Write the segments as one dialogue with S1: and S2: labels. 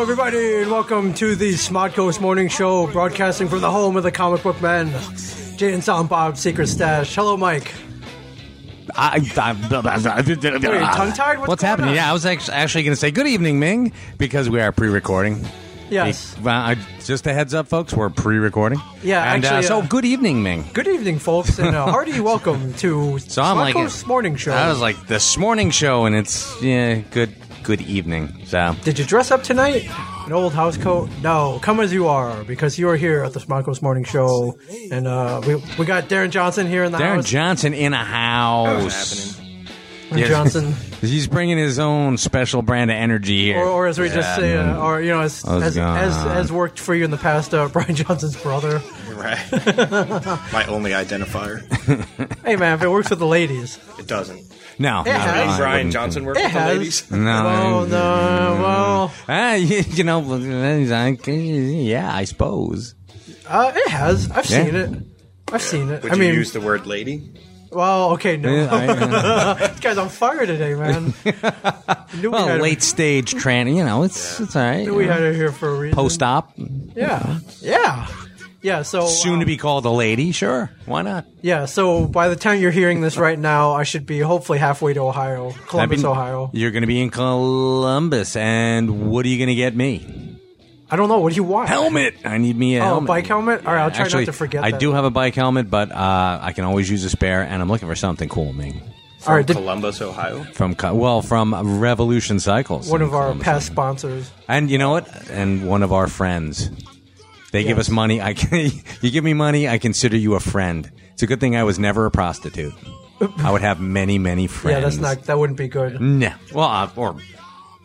S1: everybody, and welcome to the Smart Coast Morning Show, broadcasting from the home of the comic book man, Jay and Silent Bob Secret Stash. Hello, Mike.
S2: I,
S1: Are you tongue tied?
S2: What's happening? Yeah, I was act- actually going to say good evening, Ming, because we are pre-recording.
S1: Yes.
S2: Be- well, I, just a heads up, folks, we're pre-recording.
S1: Yeah,
S2: and
S1: actually,
S2: uh,
S1: uh,
S2: so good evening, Ming.
S1: Good evening, folks, and a hearty welcome to
S2: So I'm
S1: Smart
S2: like,
S1: Coast Morning Show.
S2: I was like this morning show, and it's yeah, good good evening. So
S1: Did you dress up tonight? An old house coat? No, come as you are, because you are here at the Smart Coast Morning Show, and uh, we we got Darren Johnson here in the
S2: Darren
S1: house.
S2: Johnson in a
S3: Oh,
S2: house.
S3: happening.
S1: Darren
S2: Yes.
S1: Johnson,
S2: He's bringing his own special brand of energy here.
S1: or, or as we just
S2: Yeah,
S1: say,
S2: man.
S1: uh, or you know, as
S2: How's it
S1: as,
S2: going?
S1: as as worked for you in the past, uh, Brian Johnson's brother.
S3: Right. My only identifier.
S1: Hey man, if it works with the ladies,
S3: It doesn't.
S2: no, no,
S1: has.
S2: I
S3: Did Brian
S2: wouldn't-
S3: Johnson work
S1: it
S3: with the
S1: has.
S3: ladies?
S2: No,
S1: Well,
S3: Mm-hmm.
S1: no, well,
S2: Ah, you, you know, yeah, I suppose.
S1: uh, it has. I've
S2: Yeah.
S1: seen it. I've seen it.
S3: Would
S1: I
S3: you
S1: mean,
S3: use the word lady?
S1: well, okay, no,
S2: Yeah, I-
S1: this guy's on fire today, man. Knew we had
S2: well,
S1: him-
S2: late stage training, you know, it's it's all right.
S1: knew we had her here for a reason.
S2: Post op,
S1: Yeah, yeah, yeah. So
S2: soon to
S1: um,
S2: be called a lady. Sure, why not?
S1: Yeah, so by the time you're hearing this right now, I should be hopefully halfway to Ohio,
S2: I've
S1: Columbus,
S2: been-
S1: Ohio.
S2: You're going to be in Columbus, and what are you going to get me?
S1: I don't know. What do you want?
S2: Helmet. I need me a
S1: Oh,
S2: helmet.
S1: bike helmet? All right, I'll try not
S2: Actually,
S1: to forget
S2: I
S1: that.
S2: do have a bike helmet, but uh, I can always use a spare, and I'm looking for something cool, Ming.
S1: All right, did-
S3: Columbus, Ohio.
S2: From Co- well, from Revolution Cycles,
S1: one
S2: in
S1: of our
S2: Columbus,
S1: past sponsors.
S2: And you know what? And one of our friends. They give
S1: Yes.
S2: us money. I can, you give me money, I consider you a friend. It's a good thing I was never a prostitute. I would have many, many friends.
S1: Yeah, that's not. That wouldn't be good.
S2: No. Well, uh, or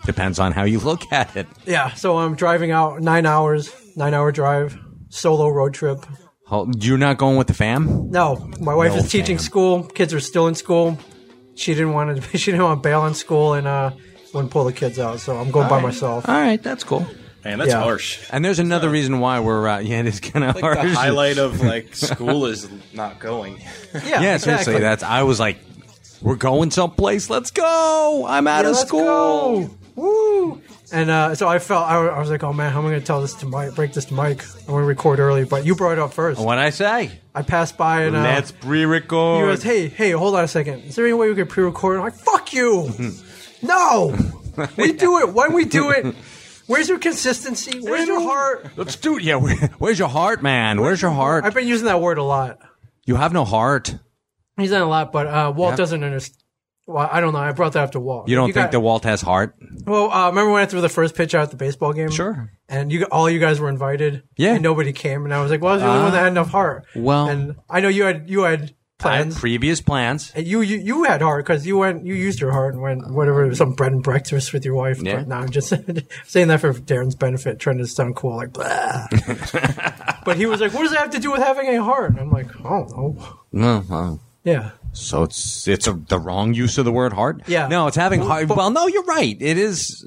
S2: depends on how you look at it.
S1: Yeah, so I'm driving out nine hours, nine hour drive, solo road trip.
S2: Ho- You're not going with the fam?
S1: No, my wife
S2: No,
S1: is teaching
S2: fam.
S1: school. Kids are still in school. She didn't want to. She didn't want to bail on school and uh, wouldn't pull the kids out. So I'm going by myself.
S2: All right, that's cool.
S3: Man, that's
S1: Yeah.
S3: harsh.
S2: And there's another reason why we're uh, yeah, it is kind of
S3: Like
S2: harsh.
S3: the highlight of like school is not going.
S1: Yeah,
S2: yeah,
S1: exactly.
S2: seriously, that's I was like, we're going someplace. Let's go. I'm out
S1: Yeah,
S2: of
S1: let's
S2: school.
S1: go. Woo! And uh, so I felt I, I was like, oh man, how am I going to tell this to Mike? Break this to Mike? I'm going to record early, but you brought it up first.
S2: What I say?
S1: I passed by and uh, he
S2: pre-record.
S1: goes, hey, hey, hold on a second. Is there any way we could pre-record? I'm like, fuck you.
S2: Mm-hmm.
S1: no, we do it when we do it. Where's your consistency? Where's your heart?
S2: Let's do it. Yeah, where, where's your heart, man? Where's your
S1: I've
S2: heart?
S1: been using that word a lot.
S2: You have no heart.
S1: He's done a lot, but uh, Walt doesn't understand. Well, I don't know. I brought that up to Walt.
S2: You don't think
S1: got-
S2: that Walt has heart?
S1: Well, uh, remember when I threw the first pitch out at the baseball game?
S2: Sure.
S1: And you, all you guys were invited.
S2: Yeah. Uh,
S1: And nobody came, and I was like, "Well, I was the only one that had enough heart."
S2: well-
S1: and I know you had you had
S2: I had
S1: plans.
S2: previous plans.
S1: and you, you you had heart because you went you used your heart and went whatever some bread and breakfast with your wife.
S2: Yeah.
S1: But no, I'm just saying that for Darren's benefit, trying to sound cool, like blah. but he was like, "What does that have to do with having a heart?" And I'm like, "I don't know."
S2: No, well,
S1: Yeah.
S2: so it's it's a, the wrong use of the word heart.
S1: Yeah.
S2: No, it's having heart.
S1: but-
S2: well, no, you're right. It is.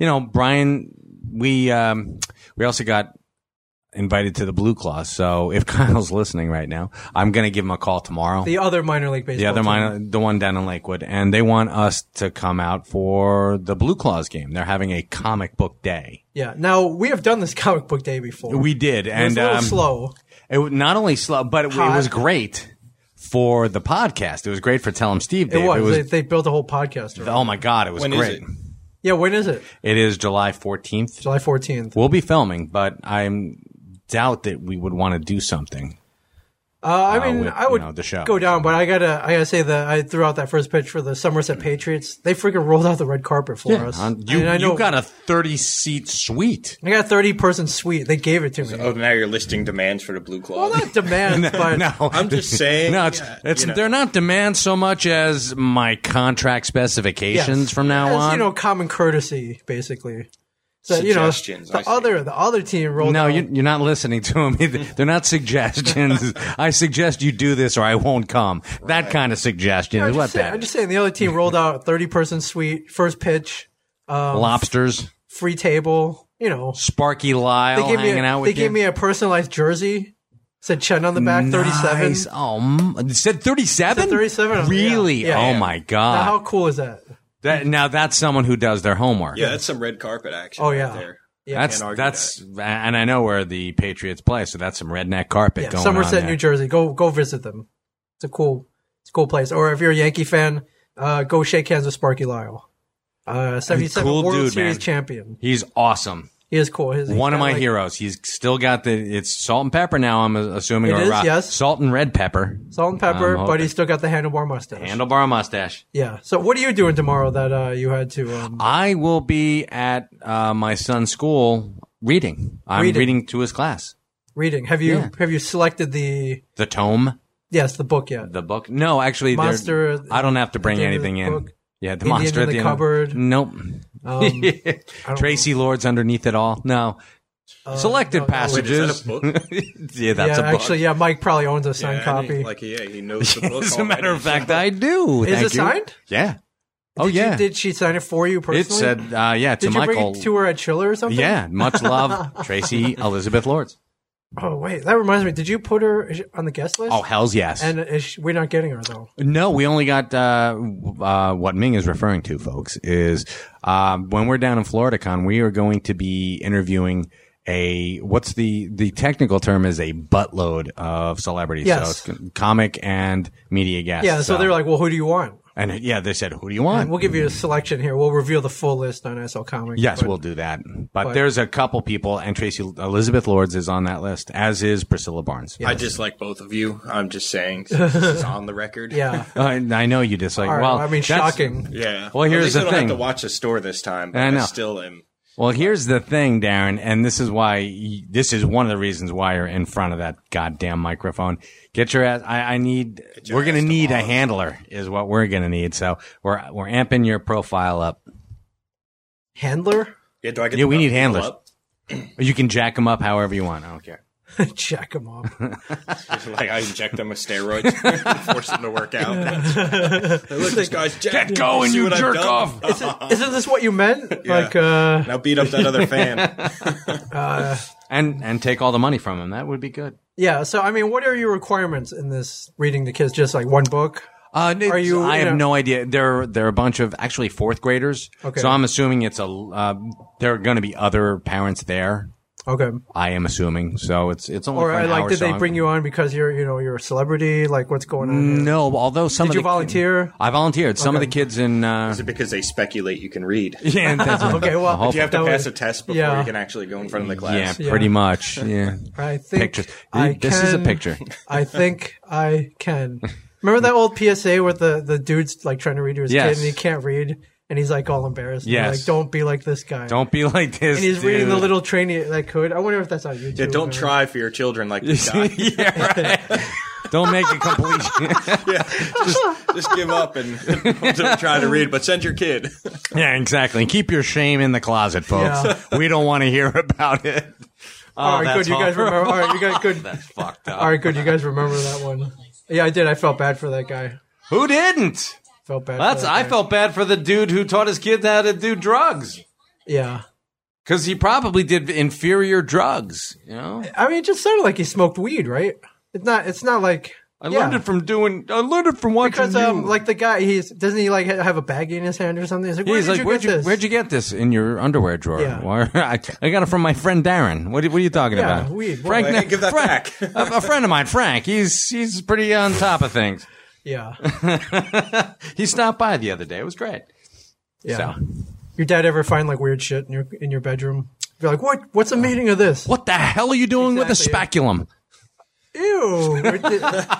S2: You know, Brian. We um we also got invited to the Blue Claw. So if Kyle's listening right now, I'm gonna give him a call tomorrow.
S1: The other minor league baseball.
S2: The other
S1: team.
S2: minor, the one down in Lakewood, and they want us to come out for the Blue Claws game. They're having a comic book day.
S1: Yeah. Now we have done this comic book day before.
S2: We did,
S1: It was
S2: and
S1: a little
S2: um,
S1: slow.
S2: It was not only slow, but it, it
S1: Hot.
S2: was great for the podcast. It was great for Tell 'em Steve.
S1: It
S2: Dave.
S1: was. they, they built a whole podcast. Around. it.
S2: oh my god, it was
S3: When is
S2: great.
S3: it?
S1: Yeah, when is it?
S2: it is July fourteenth.
S1: July 14th.
S2: We'll be filming, but I doubt that we would want to do something.
S1: Uh, I mean,
S2: with,
S1: I would
S2: you know, the show.
S1: go down, but I gotta, I gotta say that I threw out that first pitch for the Somerset Patriots. They freaking rolled out the red carpet for us.
S2: Uh, Mm-hmm. you,
S1: And I know,
S2: you got a thirty seat suite.
S1: I got a 30 person suite. They gave it to me.
S3: Oh, now you're listing demands for the blue
S1: well,
S3: claw.
S1: not demands, but
S3: I'm just saying.
S2: No, it's,
S3: yeah,
S2: it's
S3: you know.
S2: they're not demands so much as my contract
S1: yes.
S2: specifications from now
S1: As,
S2: on.
S1: You know, common courtesy, basically. So you know,
S3: Suggestions, I
S1: the
S3: see.
S1: other, the other team rolled. out.
S2: no, you, you're not listening to them. They're not suggestions. I suggest you do this or I won't come. That kind of suggestion
S1: I'm
S2: is
S1: just,
S2: what
S1: saying,
S2: that
S1: I'm just saying, the other team rolled out a 30 person suite, first pitch,
S2: lobsters,
S1: free table. You know,
S2: Sparky Lyle
S1: they gave
S2: hanging
S1: me, a,
S2: out with
S1: they
S2: you.
S1: gave me a personalized jersey. Said Chen on the back, 37.
S2: Nice. Oh, mm, it said 37?
S1: Said 37 on it, yeah.
S2: Really?
S1: Yeah,
S2: oh,
S1: yeah.
S2: my
S1: Now,
S2: God.
S1: how cool is that?
S2: That- now, that's someone who does their homework.
S3: Yeah, that's some red carpet action.
S1: Oh,
S3: right
S1: yeah.
S3: there.
S1: Yeah.
S2: that's
S3: Can't argue
S2: that's and I know where the Patriots play, so that's some redneck carpet
S1: Yeah,
S2: going on.
S1: Somerset,
S2: there.
S1: New Jersey. Go go visit them. It's a cool it's a cool place. Or if you're a Yankee fan, uh, go shake hands with Sparky Lyle. Uh, 77
S2: cool
S1: World
S2: dude,
S1: Series
S2: man.
S1: champion.
S2: He's awesome.
S1: He is cool. He's, he's
S2: One of
S1: got,
S2: my
S1: like-
S2: heroes. He's still got the it's salt and pepper now. I'm assuming
S1: It
S2: or
S1: is,
S2: rock-
S1: yes.
S2: salt and red pepper,
S1: Salt and pepper,
S2: I'm hoping.
S1: but he's still got the handlebar mustache.
S2: handlebar mustache.
S1: yeah. So what are you doing tomorrow that uh, you had to? Um,
S2: I will be at uh, my son's school reading. I'm
S1: Reading.
S2: reading, to his class.
S1: reading. Have you
S2: Yeah.
S1: have you selected the
S2: The tome,
S1: yes the book yet?
S2: the book. No, actually, they're-
S1: Monster at-
S2: I don't have to bring
S1: the end of the
S2: anything in.
S1: book.
S2: Yeah, the
S1: Indian
S2: monster
S1: in the
S2: at the, end of-
S1: cupboard. Um,
S2: Nope. Tracy Lords underneath it all. No, selected
S1: Uh, no, no,
S3: Wait, is
S2: passages.
S3: that a book?
S2: yeah, that's
S1: yeah,
S2: a book.
S1: actually, yeah. Mike probably owns a signed
S3: Yeah, and
S1: copy.
S3: He, like, yeah, he knows the book.
S2: As a matter
S3: already.
S2: of fact, I do.
S1: Is
S2: Thank
S1: it
S2: you.
S1: signed?
S2: Yeah. Oh
S1: Did you-
S2: yeah.
S1: did she sign it for you personally?
S2: it said uh, yeah to
S1: Did you
S2: Michael.
S1: bring it to her at Chiller or something?
S2: yeah, much love, Tracy Elizabeth Lords.
S1: Oh wait, that reminds me. Did you put her is she on the guest list?
S2: Oh hell's yes.
S1: and is she, we're not getting her though.
S2: No, we only got uh, uh, what Ming is referring to, folks, is um, when we're down in FloridaCon, we are going to be interviewing a what's the the technical term is a buttload of celebrities,
S1: Yes.
S2: so it's comic and media guests.
S1: Yeah. So, they're like, well, who do you want?
S2: and yeah, they said, who do you want?
S1: We'll give you a selection here. We'll reveal the full list on SL Comics.
S2: Mm. yes,
S1: but-
S2: we'll do that. But, there's a couple people, and Tracy Elizabeth Lords is on that list, as is Priscilla Barnes.
S3: I just like both of you. I'm just saying. This is on the record.
S1: Yeah.
S2: Uh, and I know you dislike.
S1: All right,
S2: well,
S1: I mean,
S2: that's-
S1: shocking.
S3: Yeah.
S2: Well,
S3: At
S2: here's
S3: least
S2: the
S3: I don't
S2: thing.
S3: have to watch a store this time, but
S2: I
S3: I,
S2: know.
S3: still am.
S2: Well, here's the thing, Darren, and this is why y- this is one of the reasons why you're in front of that goddamn microphone. Get your ass. I, I need.
S3: your
S2: We're gonna
S3: ass
S2: need a
S3: tomorrow.
S2: handler, is what we're gonna need. So we're we're amping your profile up.
S1: Handler,
S3: Yeah, do I get
S2: Yeah,
S3: to
S2: we
S3: knock
S2: need
S3: people
S2: handlers.
S3: up?
S2: You can jack them up however you want. I don't care.
S1: check him off.
S3: like I inject them with steroids, force them to work out. That's- Hey, look, this guy's jacked.
S2: Get going,
S3: See
S2: you
S3: what I've
S2: jerk
S3: done?
S2: off.
S1: Isn't this what you meant? Like, uh,
S3: Now beat up that other fan.
S2: And and take all the money from him. That would be good.
S1: yeah. So I mean, what are your requirements in this reading to kids? Just like one book.
S2: Uh, no,
S1: Are you-
S2: I
S1: you
S2: have
S1: know-
S2: no idea. They're they're a bunch of actually fourth graders.
S1: Okay.
S2: So I'm assuming it's a. Uh, there are going to be other parents there.
S1: Okay.
S2: I am assuming. So it's it's only.
S1: Or uh,
S2: for an
S1: like,
S2: hour,
S1: did
S2: so
S1: they
S2: I'm-
S1: bring you on because you're you know you're a celebrity? Like, what's going on? here?
S2: No, although some
S1: Did
S2: of
S1: you
S2: the
S1: volunteer?
S2: I volunteered. Some of the kids in uh,
S3: Is it because they speculate you can read? Do
S2: yeah, that's
S1: Okay. Well,
S2: hope-
S3: you have to
S1: that
S3: pass
S1: was-
S3: a test before
S1: yeah.
S3: you can actually go in front of the
S2: yeah,
S3: class?
S1: Yeah.
S2: pretty much. Yeah,
S1: I think
S2: pictures.
S1: I
S2: this is a
S1: can-
S2: picture.
S1: I think I can. Remember that old PSA where the, the dude's like trying to read to his
S2: Yes.
S1: kid and he can't read and he's like all embarrassed. And they're
S2: Yes.
S1: Like, don't be like this guy.
S2: Don't be like this.
S1: and he's
S2: dude.
S1: reading the little trainee that could. I wonder if that's on YouTube.
S3: Yeah, don't
S1: or-
S3: try for your children like this guy.
S2: yeah, right. Don't make a completion.
S3: just, just give up and don't try to read, but send your kid.
S2: yeah, exactly. Keep your shame in the closet, folks. We don't want to hear about it. Oh,
S1: All right,
S2: that's
S1: good. You guys
S2: horrible.
S1: remember? All right, you guys good.
S2: That's fucked up.
S1: All right, good. You guys remember that one? Yeah, I did. I felt bad for that guy.
S2: Who didn't?
S1: Felt bad.
S2: That's.
S1: for that
S2: I
S1: guy.
S2: felt bad for the dude who taught his kids how to do drugs
S1: Yeah.
S2: because he probably did inferior drugs. You know.
S1: I mean, it just sounded like he smoked weed, right? It's not. It's not like.
S2: I
S1: yeah.
S2: learned it from doing. I learned it from watching
S1: because
S2: you.
S1: um, like the guy, he's doesn't he like ha- have a baggie in his hand or something? He's like,
S2: Yeah,
S1: where
S2: he's
S1: did
S2: like,
S1: you
S2: where'd
S1: get
S2: you
S1: this?
S2: where'd you get this in your underwear drawer?
S1: Yeah.
S2: Why- I, I got it from my friend Darren. What, are- what are you talking
S1: Yeah,
S2: about?
S1: weed. What-
S2: Frank,
S3: Hey, give that
S2: Frank-
S3: back.
S2: a, a friend of mine, Frank. He's he's pretty on top of things.
S1: Yeah,
S2: He stopped by the other day. It was great.
S1: yeah.
S2: So,
S1: Your dad ever find like weird shit in your in your bedroom? Be like, what? What's the meaning of this?
S2: what the hell are you doing with the
S1: Exactly.
S2: speculum?
S1: Ew!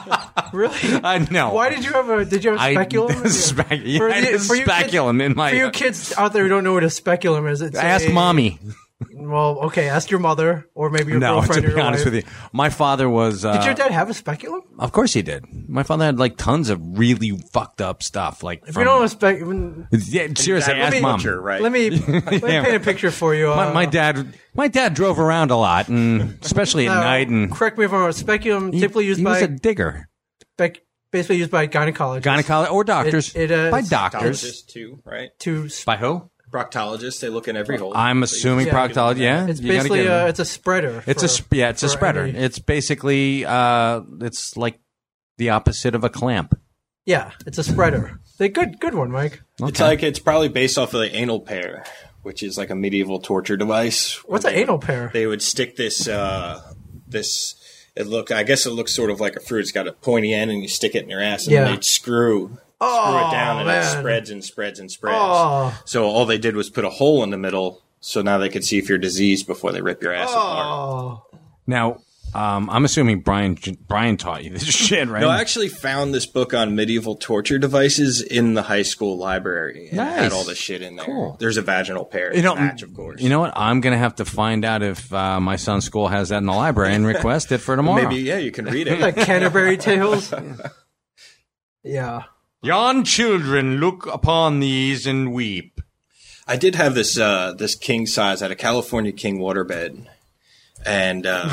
S1: really?
S2: I know.
S1: Why did you have a? Did you have a
S2: I
S1: speculum? Yeah.
S2: spec- yeah,
S1: For
S2: I
S1: the-
S2: had a
S1: for you kids-
S2: speculum in my.
S1: For you kids out there who don't know what a speculum is, it's
S2: ask
S1: a-
S2: mommy.
S1: Well, okay, ask your mother or maybe your
S2: No,
S1: girlfriend.
S2: to
S1: or
S2: be
S1: your
S2: honest
S1: wife.
S2: with you, my father was. Uh,
S1: Did your dad have a speculum?
S2: of course he did. My father had like tons of really fucked up stuff. Like
S1: If
S2: from,
S1: you don't have a speculum,
S2: yeah, seriously,
S3: Dad
S2: ask
S3: was a
S2: mom.
S3: butcher, right?
S1: let me let me
S2: Yeah.
S1: paint a picture for you.
S2: My,
S1: Uh,
S2: my dad, my dad drove around a lot, and especially at
S1: uh,
S2: night. And
S1: correct me if I'm wrong. Speculum
S2: he,
S1: typically used
S2: he
S1: by
S2: was a digger,
S1: spec- basically used by gynecologists.
S2: gynecologist or doctors.
S1: it, uh,
S2: by
S1: it's
S2: doctors,
S3: Proctologist too, right?
S1: to sp-
S2: by who?
S3: Proctologists, they look in every hole.
S2: I'm assuming
S1: Yeah.
S2: proctologist. Yeah,
S1: it's
S2: you gotta
S1: basically
S2: get
S1: uh,
S2: it.
S1: it's a spreader.
S2: it's
S1: for-
S2: a sp- yeah, it's a
S1: for
S2: spreader.
S1: any-
S2: It's basically uh, it's like the opposite of a clamp.
S1: yeah, it's a spreader. They good good one, Mike.
S3: It's like it's probably based off of the anal pair. which is like a medieval torture device. where
S1: What's an
S3: they would-
S1: anal pair?
S3: They would stick this uh, this. It look, I guess it looks sort of like a fruit. It's got a pointy end, and you stick it in your ass, and
S1: Yeah.
S3: they'd screw screw
S1: Oh,
S3: it down, and it
S1: man.
S3: spreads and spreads and spreads.
S1: Oh.
S3: So all they did was put a hole in the middle, so now they could see if you're diseased before they rip your ass apart.
S1: Oh,
S2: Now, um, I'm assuming Brian Brian taught you this shit, right?
S3: No, I actually found this book on medieval torture devices in the high school library. And It
S2: Nice.
S3: had all this shit in there. There's a vaginal pair.
S2: you know,
S3: match, of course.
S2: You know what? I'm gonna have to find out if uh, my son's school has that in the library and request it for tomorrow.
S3: Maybe yeah, you can read
S1: like
S3: it.
S1: Canterbury Tales. Yeah.
S2: Yon children, look upon these and weep.
S3: I did have this uh, this king size at a California King waterbed, and uh,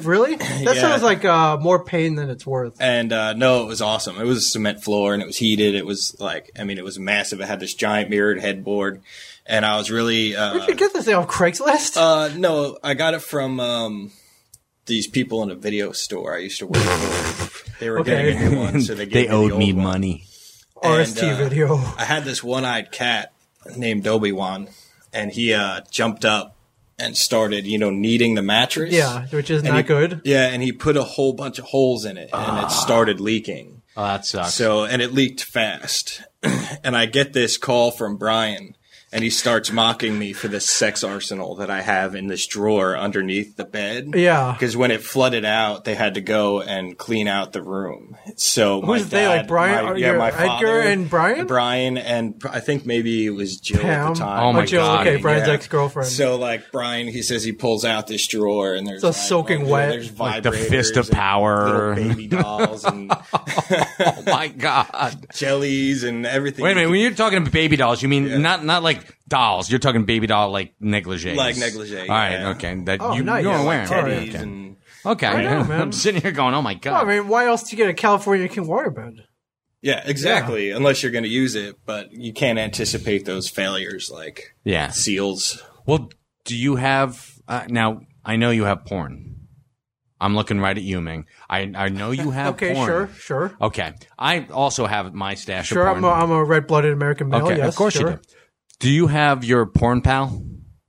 S1: really? That
S3: Yeah.
S1: sounds like uh, more pain than it's worth.
S3: and uh, no, it was awesome. It was a cement floor and it was heated. It was like I mean, it was massive. It had this giant mirrored headboard, and I was really
S1: Where'd
S3: uh,
S1: you get this thing off Craigslist?
S3: uh, no, I got it from um, these people in a video store I used to work for. They were
S1: Okay.
S3: getting a new one, so they gave
S2: They
S3: me the
S2: owed
S3: old
S2: me
S3: one.
S2: money.
S1: RST
S3: and, uh,
S1: video.
S3: I had this one-eyed cat named Obi Wan, and he uh, jumped up and started, you know, kneading the mattress.
S1: Yeah, which is
S3: And
S1: not
S3: he-
S1: good. Ah.
S3: Yeah, and he put a whole bunch of holes in it, and it started leaking.
S2: Oh, that sucks.
S3: So, and it leaked fast. and I get this call from Brian, and he starts mocking me for this sex arsenal that I have in this drawer underneath the bed.
S1: Yeah.
S3: Because when it flooded out, they had to go and clean out the room. So my
S1: Who's they,
S3: dad-
S1: like Brian-
S3: my-
S1: are
S3: yeah,
S1: you
S3: my
S1: Edgar
S3: father-
S1: and Brian?
S3: Brian and pr- I think maybe it was Jill at
S1: Pam.
S3: the time.
S2: Oh my
S1: Jill,
S2: God.
S1: Okay, Brian's
S3: Yeah.
S1: ex girlfriend.
S3: So like Brian, he says he pulls out this drawer and
S1: It's
S3: there's
S1: a
S3: like,
S1: soaking
S3: oh,
S1: wet.
S3: There's
S2: Like the fist
S3: vibrators
S2: of
S3: and
S2: power.
S3: little baby dolls, and
S2: oh my god!
S3: jellies, and everything.
S2: Wait a minute. When you're talking about baby dolls, you mean
S3: Yeah.
S2: not not like dolls. You're talking baby doll like negligee.
S3: Like negligee,
S2: All right.
S3: yeah.
S2: Okay. That
S1: Oh,
S2: you,
S1: nice.
S2: you're
S1: Yeah,
S2: aware.
S1: like
S2: All right,
S3: teddies
S2: okay.
S3: and
S2: Okay,
S1: know, man.
S2: I'm sitting here going, "Oh my
S1: I
S2: god!"
S1: mean, why else do you get a California King waterbed?
S3: yeah, exactly. Unless you're going to use it, but you can't anticipate those failures like
S2: yeah.
S3: seals.
S2: Well, do you have uh, now? I know you have porn. I'm looking right at you, Ming. I I know you have.
S1: Okay,
S2: porn.
S1: sure, sure.
S2: Okay, I also have my stash
S1: Sure,
S2: of
S1: I'm
S2: porn.
S1: a, I'm a red blooded American male.
S2: okay,
S1: yes,
S2: of course
S1: sure.
S2: you do. Do you have your porn pal?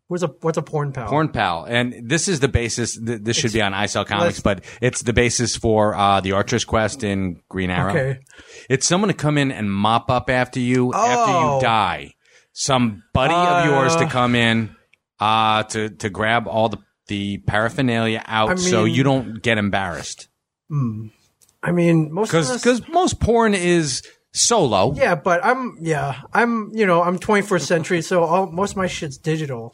S1: What's a, what's a porn pal?
S2: Porn pal, and this is the basis. Th- this should be on ISL Comics, but it's the basis for uh, the Archer's Quest in Green Arrow.
S1: Okay.
S2: It's someone to come in and mop up after you after
S1: Oh.
S2: you die. Some buddy of yours to come in uh, to to grab all the the paraphernalia out
S1: I
S2: so
S1: mean-
S2: you don't get embarrassed
S1: I mean, most of
S2: because
S1: us-
S2: most porn is solo.
S1: Yeah, but I'm yeah, I'm you know I'm 21st century, so all, most of my shit's digital.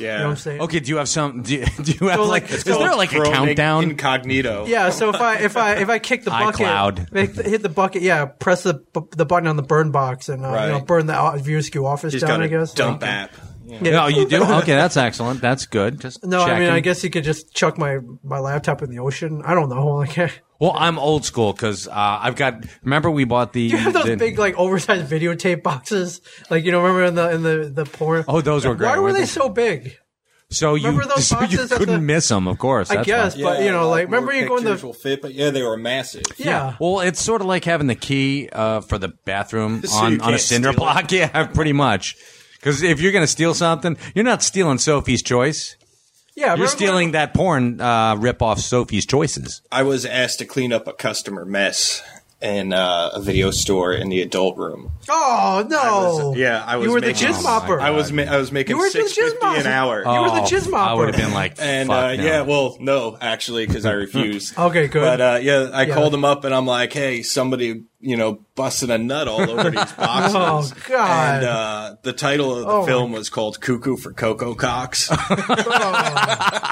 S3: Yeah.
S1: You know what I'm saying?
S2: Okay, do you have some? Do you, do you have
S1: So,
S2: like?
S1: like,
S2: Is
S1: so
S2: there like a
S3: Chrome
S2: countdown?
S3: incognito?
S1: Yeah, so if I if I if I kick the bucket,
S2: iCloud.
S1: if I hit the bucket, yeah, press the bu- the button on the burn box and uh,
S3: Right.
S1: you know burn the uh, view skew office
S3: Just
S1: down.
S3: got
S1: I
S3: a
S1: guess
S3: dump
S1: Like,
S3: app.
S1: yeah.
S2: No, you do. Okay, that's excellent. That's good. Just
S1: No, I mean,
S2: checking.
S1: I guess you could just chuck my, my laptop in the ocean. I don't know. Like, do
S2: Well, I'm old school because uh, I've got. Remember, we bought the.
S1: you have those
S2: the-
S1: big, like, oversized videotape boxes? Like, you know, remember in the in the the porn?
S2: Oh, those were great,
S1: Why were
S2: weren't
S1: they
S2: they?
S1: so big?
S2: so you
S1: remember those
S2: so you
S1: boxes at
S2: couldn't
S1: the-
S2: miss them, of course.
S1: I
S2: that's
S1: guess.
S2: why.
S1: But, you know, like, remember
S3: more
S1: you go in the-
S3: pictures will fit, but yeah, they were massive.
S1: Yeah.
S2: Well, it's sort of like having the key uh, for the bathroom
S3: So
S2: on,
S3: you
S2: on a
S3: can't
S2: cinder
S3: steal it.
S2: block. Yeah, pretty much. Because if you're going to steal something, you're not stealing Sophie's Choice.
S1: Yeah, remember
S2: You're
S1: when-
S2: stealing that porn uh, rip off Sophie's Choices.
S3: I was asked to clean up a customer mess in uh, a video store in the adult room.
S1: Oh no!
S3: was- yeah, I was
S1: You were the
S3: making-
S1: jizz mopper.
S2: Oh,
S3: I was ma- I was making
S1: You were the
S3: six fifty
S1: jizz
S3: an hour.
S1: You were the jizz
S2: Oh, I
S1: mopper.
S2: would have been like,
S3: And
S2: fuck
S3: uh,
S2: no.
S3: yeah, well, no, actually, because I refused.
S1: Okay, good.
S3: But uh, yeah, I called him up and I'm like, "Hey, somebody, you know, busted a nut all over these boxes."
S1: Oh, God.
S3: And uh, the title of the
S1: Oh, my
S3: film was called "Cuckoo for Cocoa Cox,"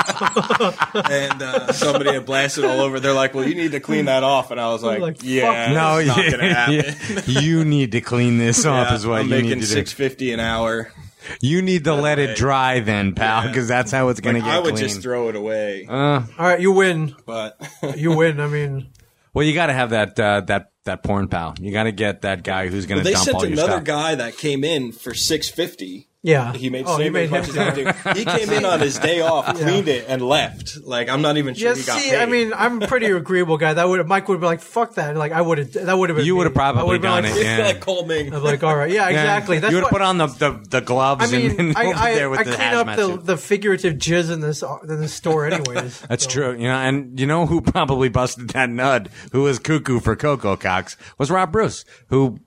S3: and uh, somebody had blasted all over. They're like, "Well, you need to clean that off," and I was like,
S1: like, fuck
S3: "Yeah,
S2: no,
S3: it's not
S2: yeah,
S3: gonna happen."
S2: yeah. you need to clean this up.
S3: Yeah,
S2: Is what
S3: I'm
S2: you
S3: making
S2: need to
S3: six fifty an hour.
S2: do. You need to let it dry, then, pal,
S3: Yeah.
S2: because that's how it's going
S3: Like,
S2: to get
S3: I would
S2: clean. Uh,
S3: just throw it away,
S1: All right, you win.
S3: but
S1: You win. I mean,
S2: well, you got to have that uh, that that porn pal. You got to get that guy who's going to
S3: they
S2: dump
S3: sent
S2: all your
S3: another
S2: stuff.
S3: guy that came in for six fifty
S1: Yeah.
S3: He made the
S1: oh,
S3: same
S1: you made him
S3: much as I do. He came in on his day off, cleaned it, and left. Like I'm not even sure
S1: Yeah,
S3: he got
S1: see,
S3: paid.
S1: I mean, I'm a pretty agreeable guy. That would Mike would have been like, "Fuck that!" Like, I would have. That would have been.
S2: You
S1: would
S2: would've
S1: have
S2: probably done
S1: like,
S2: it,
S3: it's
S2: yeah.
S3: like Coleman.
S1: I'm like, all right, yeah, exactly. That's
S2: you would
S1: what,
S2: have put on the, the, the gloves
S1: I mean,
S2: and, and
S1: I,
S2: over
S1: I,
S2: there with
S1: I
S2: the
S1: clean up
S2: hazmat
S1: the,
S2: suit.
S1: the figurative jizz in this in this store, anyways.
S2: That's true. You know, and you know who probably busted that nud, who was cuckoo for Coco Cox, was Rob Bruce, who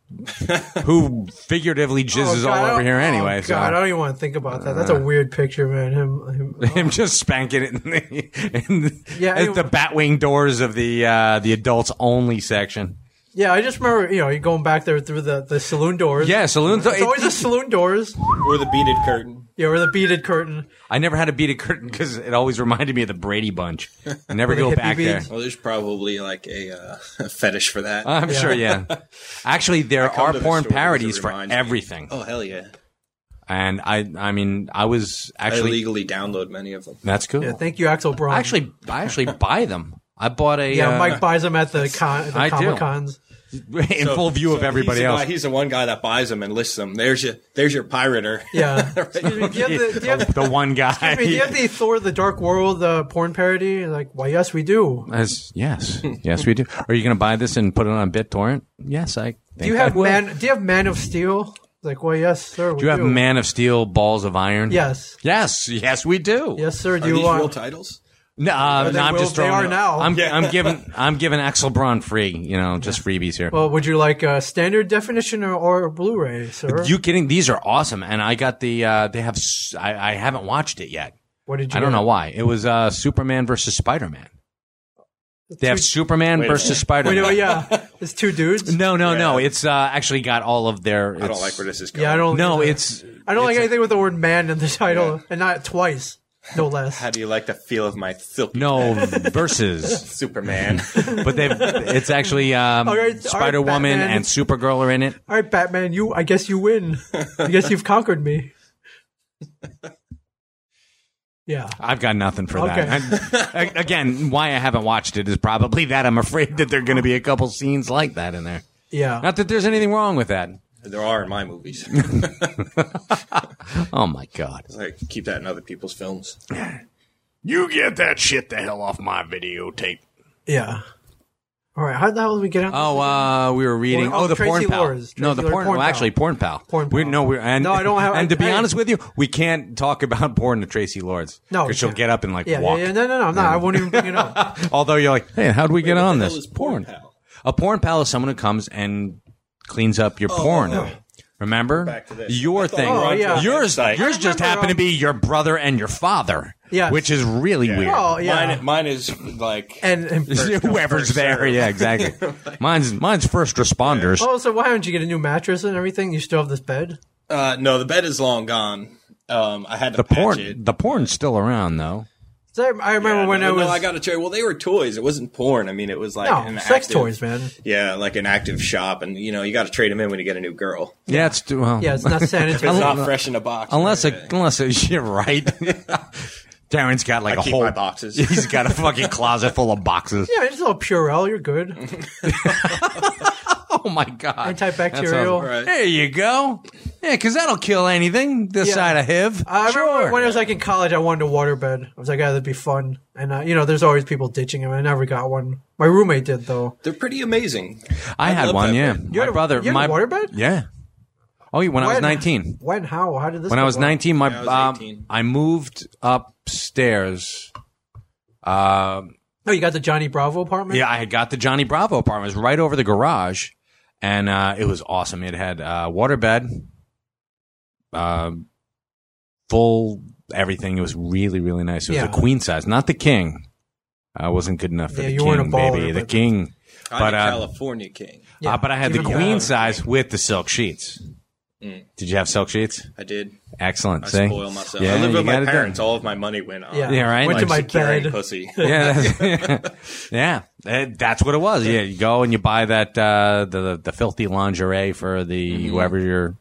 S2: who figuratively
S1: Oh,
S2: jizzes
S1: God, I
S2: all over
S1: don't-
S2: here anyway.
S1: oh, God, I
S2: so Uh.
S1: don't even want to think about that. That's a weird picture, man. Him, him
S2: him just spanking it in the, in the,
S1: Yeah,
S2: at
S1: it-
S2: the batwing doors of the uh, the adults only section.
S1: Yeah, I just remember, you know, you going back there through the, the saloon doors.
S2: Yeah, saloon.
S1: It's always the saloon doors.
S3: or the beaded curtain.
S1: Yeah, or the beaded curtain.
S2: I never had a beaded curtain because it always reminded me of the Brady Bunch. I never go
S1: hippie
S2: back there.
S1: beads.
S3: Well, Oh, there's probably like a, uh, a fetish for that.
S2: I'm sure, yeah. Actually, there
S3: come
S2: are
S3: to the
S2: porn
S3: store because it
S2: parodies for
S3: reminds me.
S2: everything,
S3: oh hell yeah!
S2: and I, I mean, I was
S3: I
S2: actually
S3: illegally download many of them.
S2: that's cool.
S1: Yeah, thank you, Axel Braun.
S2: I actually, I actually buy them. I bought a
S1: yeah,
S2: uh,
S1: Mike buys them at the con, at
S2: I
S1: the
S2: do.
S1: comic cons.
S2: uh, in full view
S3: So
S2: of everybody
S3: he's
S2: else.
S3: The guy, he's the one guy that buys them and lists them. There's your there's your pirater.
S1: Yeah. Excuse me, do you have the, do you have,
S2: the one
S1: I mean, do you
S2: guy.
S1: have the Thor: The Dark World uh, porn parody? Like, why? Yes, we do.
S2: As, yes, yes, we do. Are you going to buy this and put it on BitTorrent? Yes, I. Think
S1: Do you
S2: I
S1: have
S2: will.
S1: man? Do you have Man of Steel? Like, why? Yes, sir.
S2: Uh, Do you have Man of Steel, Balls of Iron?
S1: Yes,
S2: Yes, yes, we do.
S1: yes, sir. Do
S3: Are
S1: you
S3: these real
S1: want?
S3: titles?
S2: No, uh,
S1: they
S2: no I'm
S1: will-
S2: just
S1: they
S2: throwing.
S1: are
S2: it-
S1: now.
S2: I'm, I'm giving. I'm giving Axel Braun free. You know, just freebies here.
S1: Well, would you like uh, standard definition or, or Blu-ray, sir?
S2: you kidding? These are awesome, and I got the. Uh, they have. s- I, I haven't watched it yet.
S1: what did you?
S2: I don't
S1: get?
S2: know why. It was uh, Superman versus Spider Man. They have Superman
S3: Wait a
S2: versus
S3: minute.
S2: Spider
S1: Wait, oh,
S2: Man.
S1: yeah, it's two dudes.
S2: No, no, no. It's uh, actually got all of their.
S3: I don't like where this is going.
S1: Oh, Yeah, I don't.
S2: No,
S1: either.
S2: it's.
S1: I don't like anything with the word "man" in the title, and not twice, no less.
S3: How do you like the feel of my silky
S2: No versus,
S3: Superman?
S2: but they it's actually um,
S1: All right, all right,
S2: Spider Woman
S1: Batman.
S2: and Supergirl are in it.
S1: All right, Batman, you. I guess you win. I guess you've conquered me. Yeah.
S2: I've got nothing for that. I, again, why I haven't watched it is probably that I'm afraid that there are going to be a couple scenes like that in there.
S1: Yeah.
S2: Not that there's anything wrong with that.
S3: there are in my movies.
S2: Oh my god!
S3: like keep that in other people's films.
S2: You get that shit the hell off my videotape.
S1: Yeah. All right. How the hell did we get out?
S2: Oh, uh, we were reading.
S1: Oh,
S2: Oh, the
S1: Tracy
S2: porn pal.
S1: Lords.
S2: No,
S1: Tracy
S2: the
S1: Lords,
S2: porn.
S1: Porn
S2: well,
S1: Pal.
S2: actually, porn pal.
S1: Porn
S2: We,
S1: Pal.
S2: no, we and
S1: No, I don't have-
S2: And to be
S1: I-
S2: honest with you, we can't talk about porn to Tracy Lords.
S1: No, we
S2: because she'll
S1: can't.
S2: get up and like
S1: yeah, yeah,
S2: walk.
S1: yeah. No, no, no. I'm not. I won't even bring it up.
S2: Although you're like, hey, how do we get
S3: what
S2: on
S3: the
S2: this?
S3: hell is porn pal?
S2: A porn pal is someone who comes and cleans up your porn. Remember
S3: Back to this.
S2: your
S3: I thought
S2: thing.
S1: we were Oh, on to yeah. a
S2: Yours,
S3: website.
S2: yours
S1: I
S2: just
S1: remember
S2: happened to
S1: on-
S2: be your brother and your father.
S1: Yes.
S2: which is really weird.
S1: Oh, yeah.
S3: Mine, mine is like
S1: and, and
S2: Whoever's there, yeah, exactly. mine's mine's first responders.
S1: oh, so why haven't you get a new mattress and everything? You still have this bed.
S3: uh, no, the bed is long gone. Um, I had to
S2: the
S3: patch
S2: porn,
S3: it.
S2: the porn's still around though.
S1: So I, I remember
S3: Yeah,
S1: when
S3: no,
S1: I was.
S3: no, I got to tell you. Well, they were toys. It wasn't porn. I mean, it was like
S1: no
S3: an
S1: sex
S3: active-
S1: toys, man.
S3: Yeah, like an active shop, and you know you got to trade them in when you get a new girl.
S2: Yeah, it's too, well,
S1: Yeah, it's not
S3: If it's
S1: sanitary.
S3: not fresh in a box.
S2: unless
S3: right?
S2: a, unless a, you're right. Darren's got like a
S3: I keep
S2: whole
S3: my boxes.
S2: He's got a fucking closet full of boxes.
S1: yeah, it's all Purell. You're good.
S2: Oh my god,
S1: Antibacterial.
S3: Right.
S2: There you go. Yeah, because that'll kill anything this
S1: Yeah.
S2: side of HIV.
S1: I remember
S2: sure.
S1: when I was like in college, I wanted a waterbed. I was like, "Ah, that'd be fun." And uh, you know, there's always people ditching them. I never got one. My roommate did though.
S3: They're pretty amazing.
S2: I had
S3: love
S2: one.
S3: that
S2: Yeah,
S3: bed.
S2: my
S1: had a-
S2: brother.
S1: you had
S2: my
S1: a waterbed?
S2: Yeah. Oh, yeah, when I was
S1: When-
S2: nineteen.
S1: When? How? How did this?
S2: When I
S1: come
S2: was
S1: up?
S2: nineteen, my
S3: I was
S2: um,
S3: 18.
S2: I moved upstairs. Um,
S1: Oh, you got the Johnny Bravo apartment.
S2: Yeah, I had got the Johnny Bravo apartment. It was right over the garage, and uh, it was awesome. It had uh, waterbed, uh, full everything. It was really, really nice. It was
S1: Yeah.
S2: a queen size, not the king. I wasn't good enough for
S1: Yeah,
S2: the
S1: you
S2: king,
S1: weren't a baller,
S2: baby. The
S1: but-
S2: king,
S3: I'm
S2: but
S3: a
S2: uh,
S3: California king.
S1: Yeah.
S2: uh, but I had the
S1: Even
S2: queen
S1: better.
S2: size with the silk sheets.
S1: Mm.
S2: Did you have silk sheets?
S3: I did.
S2: Excellent.
S3: I
S2: See?
S3: spoil myself.
S2: Yeah,
S3: I lived
S2: you
S3: with
S2: got
S3: my
S2: it done.
S3: parents. All of my money went on.
S1: Yeah.
S2: Yeah, right.
S1: Went to my
S2: Like
S3: Securing
S1: bed.
S3: pussy.
S2: yeah, that's, yeah, Eh, that's what it was. Yeah, you go and you buy that uh, the the filthy lingerie for the whoever you're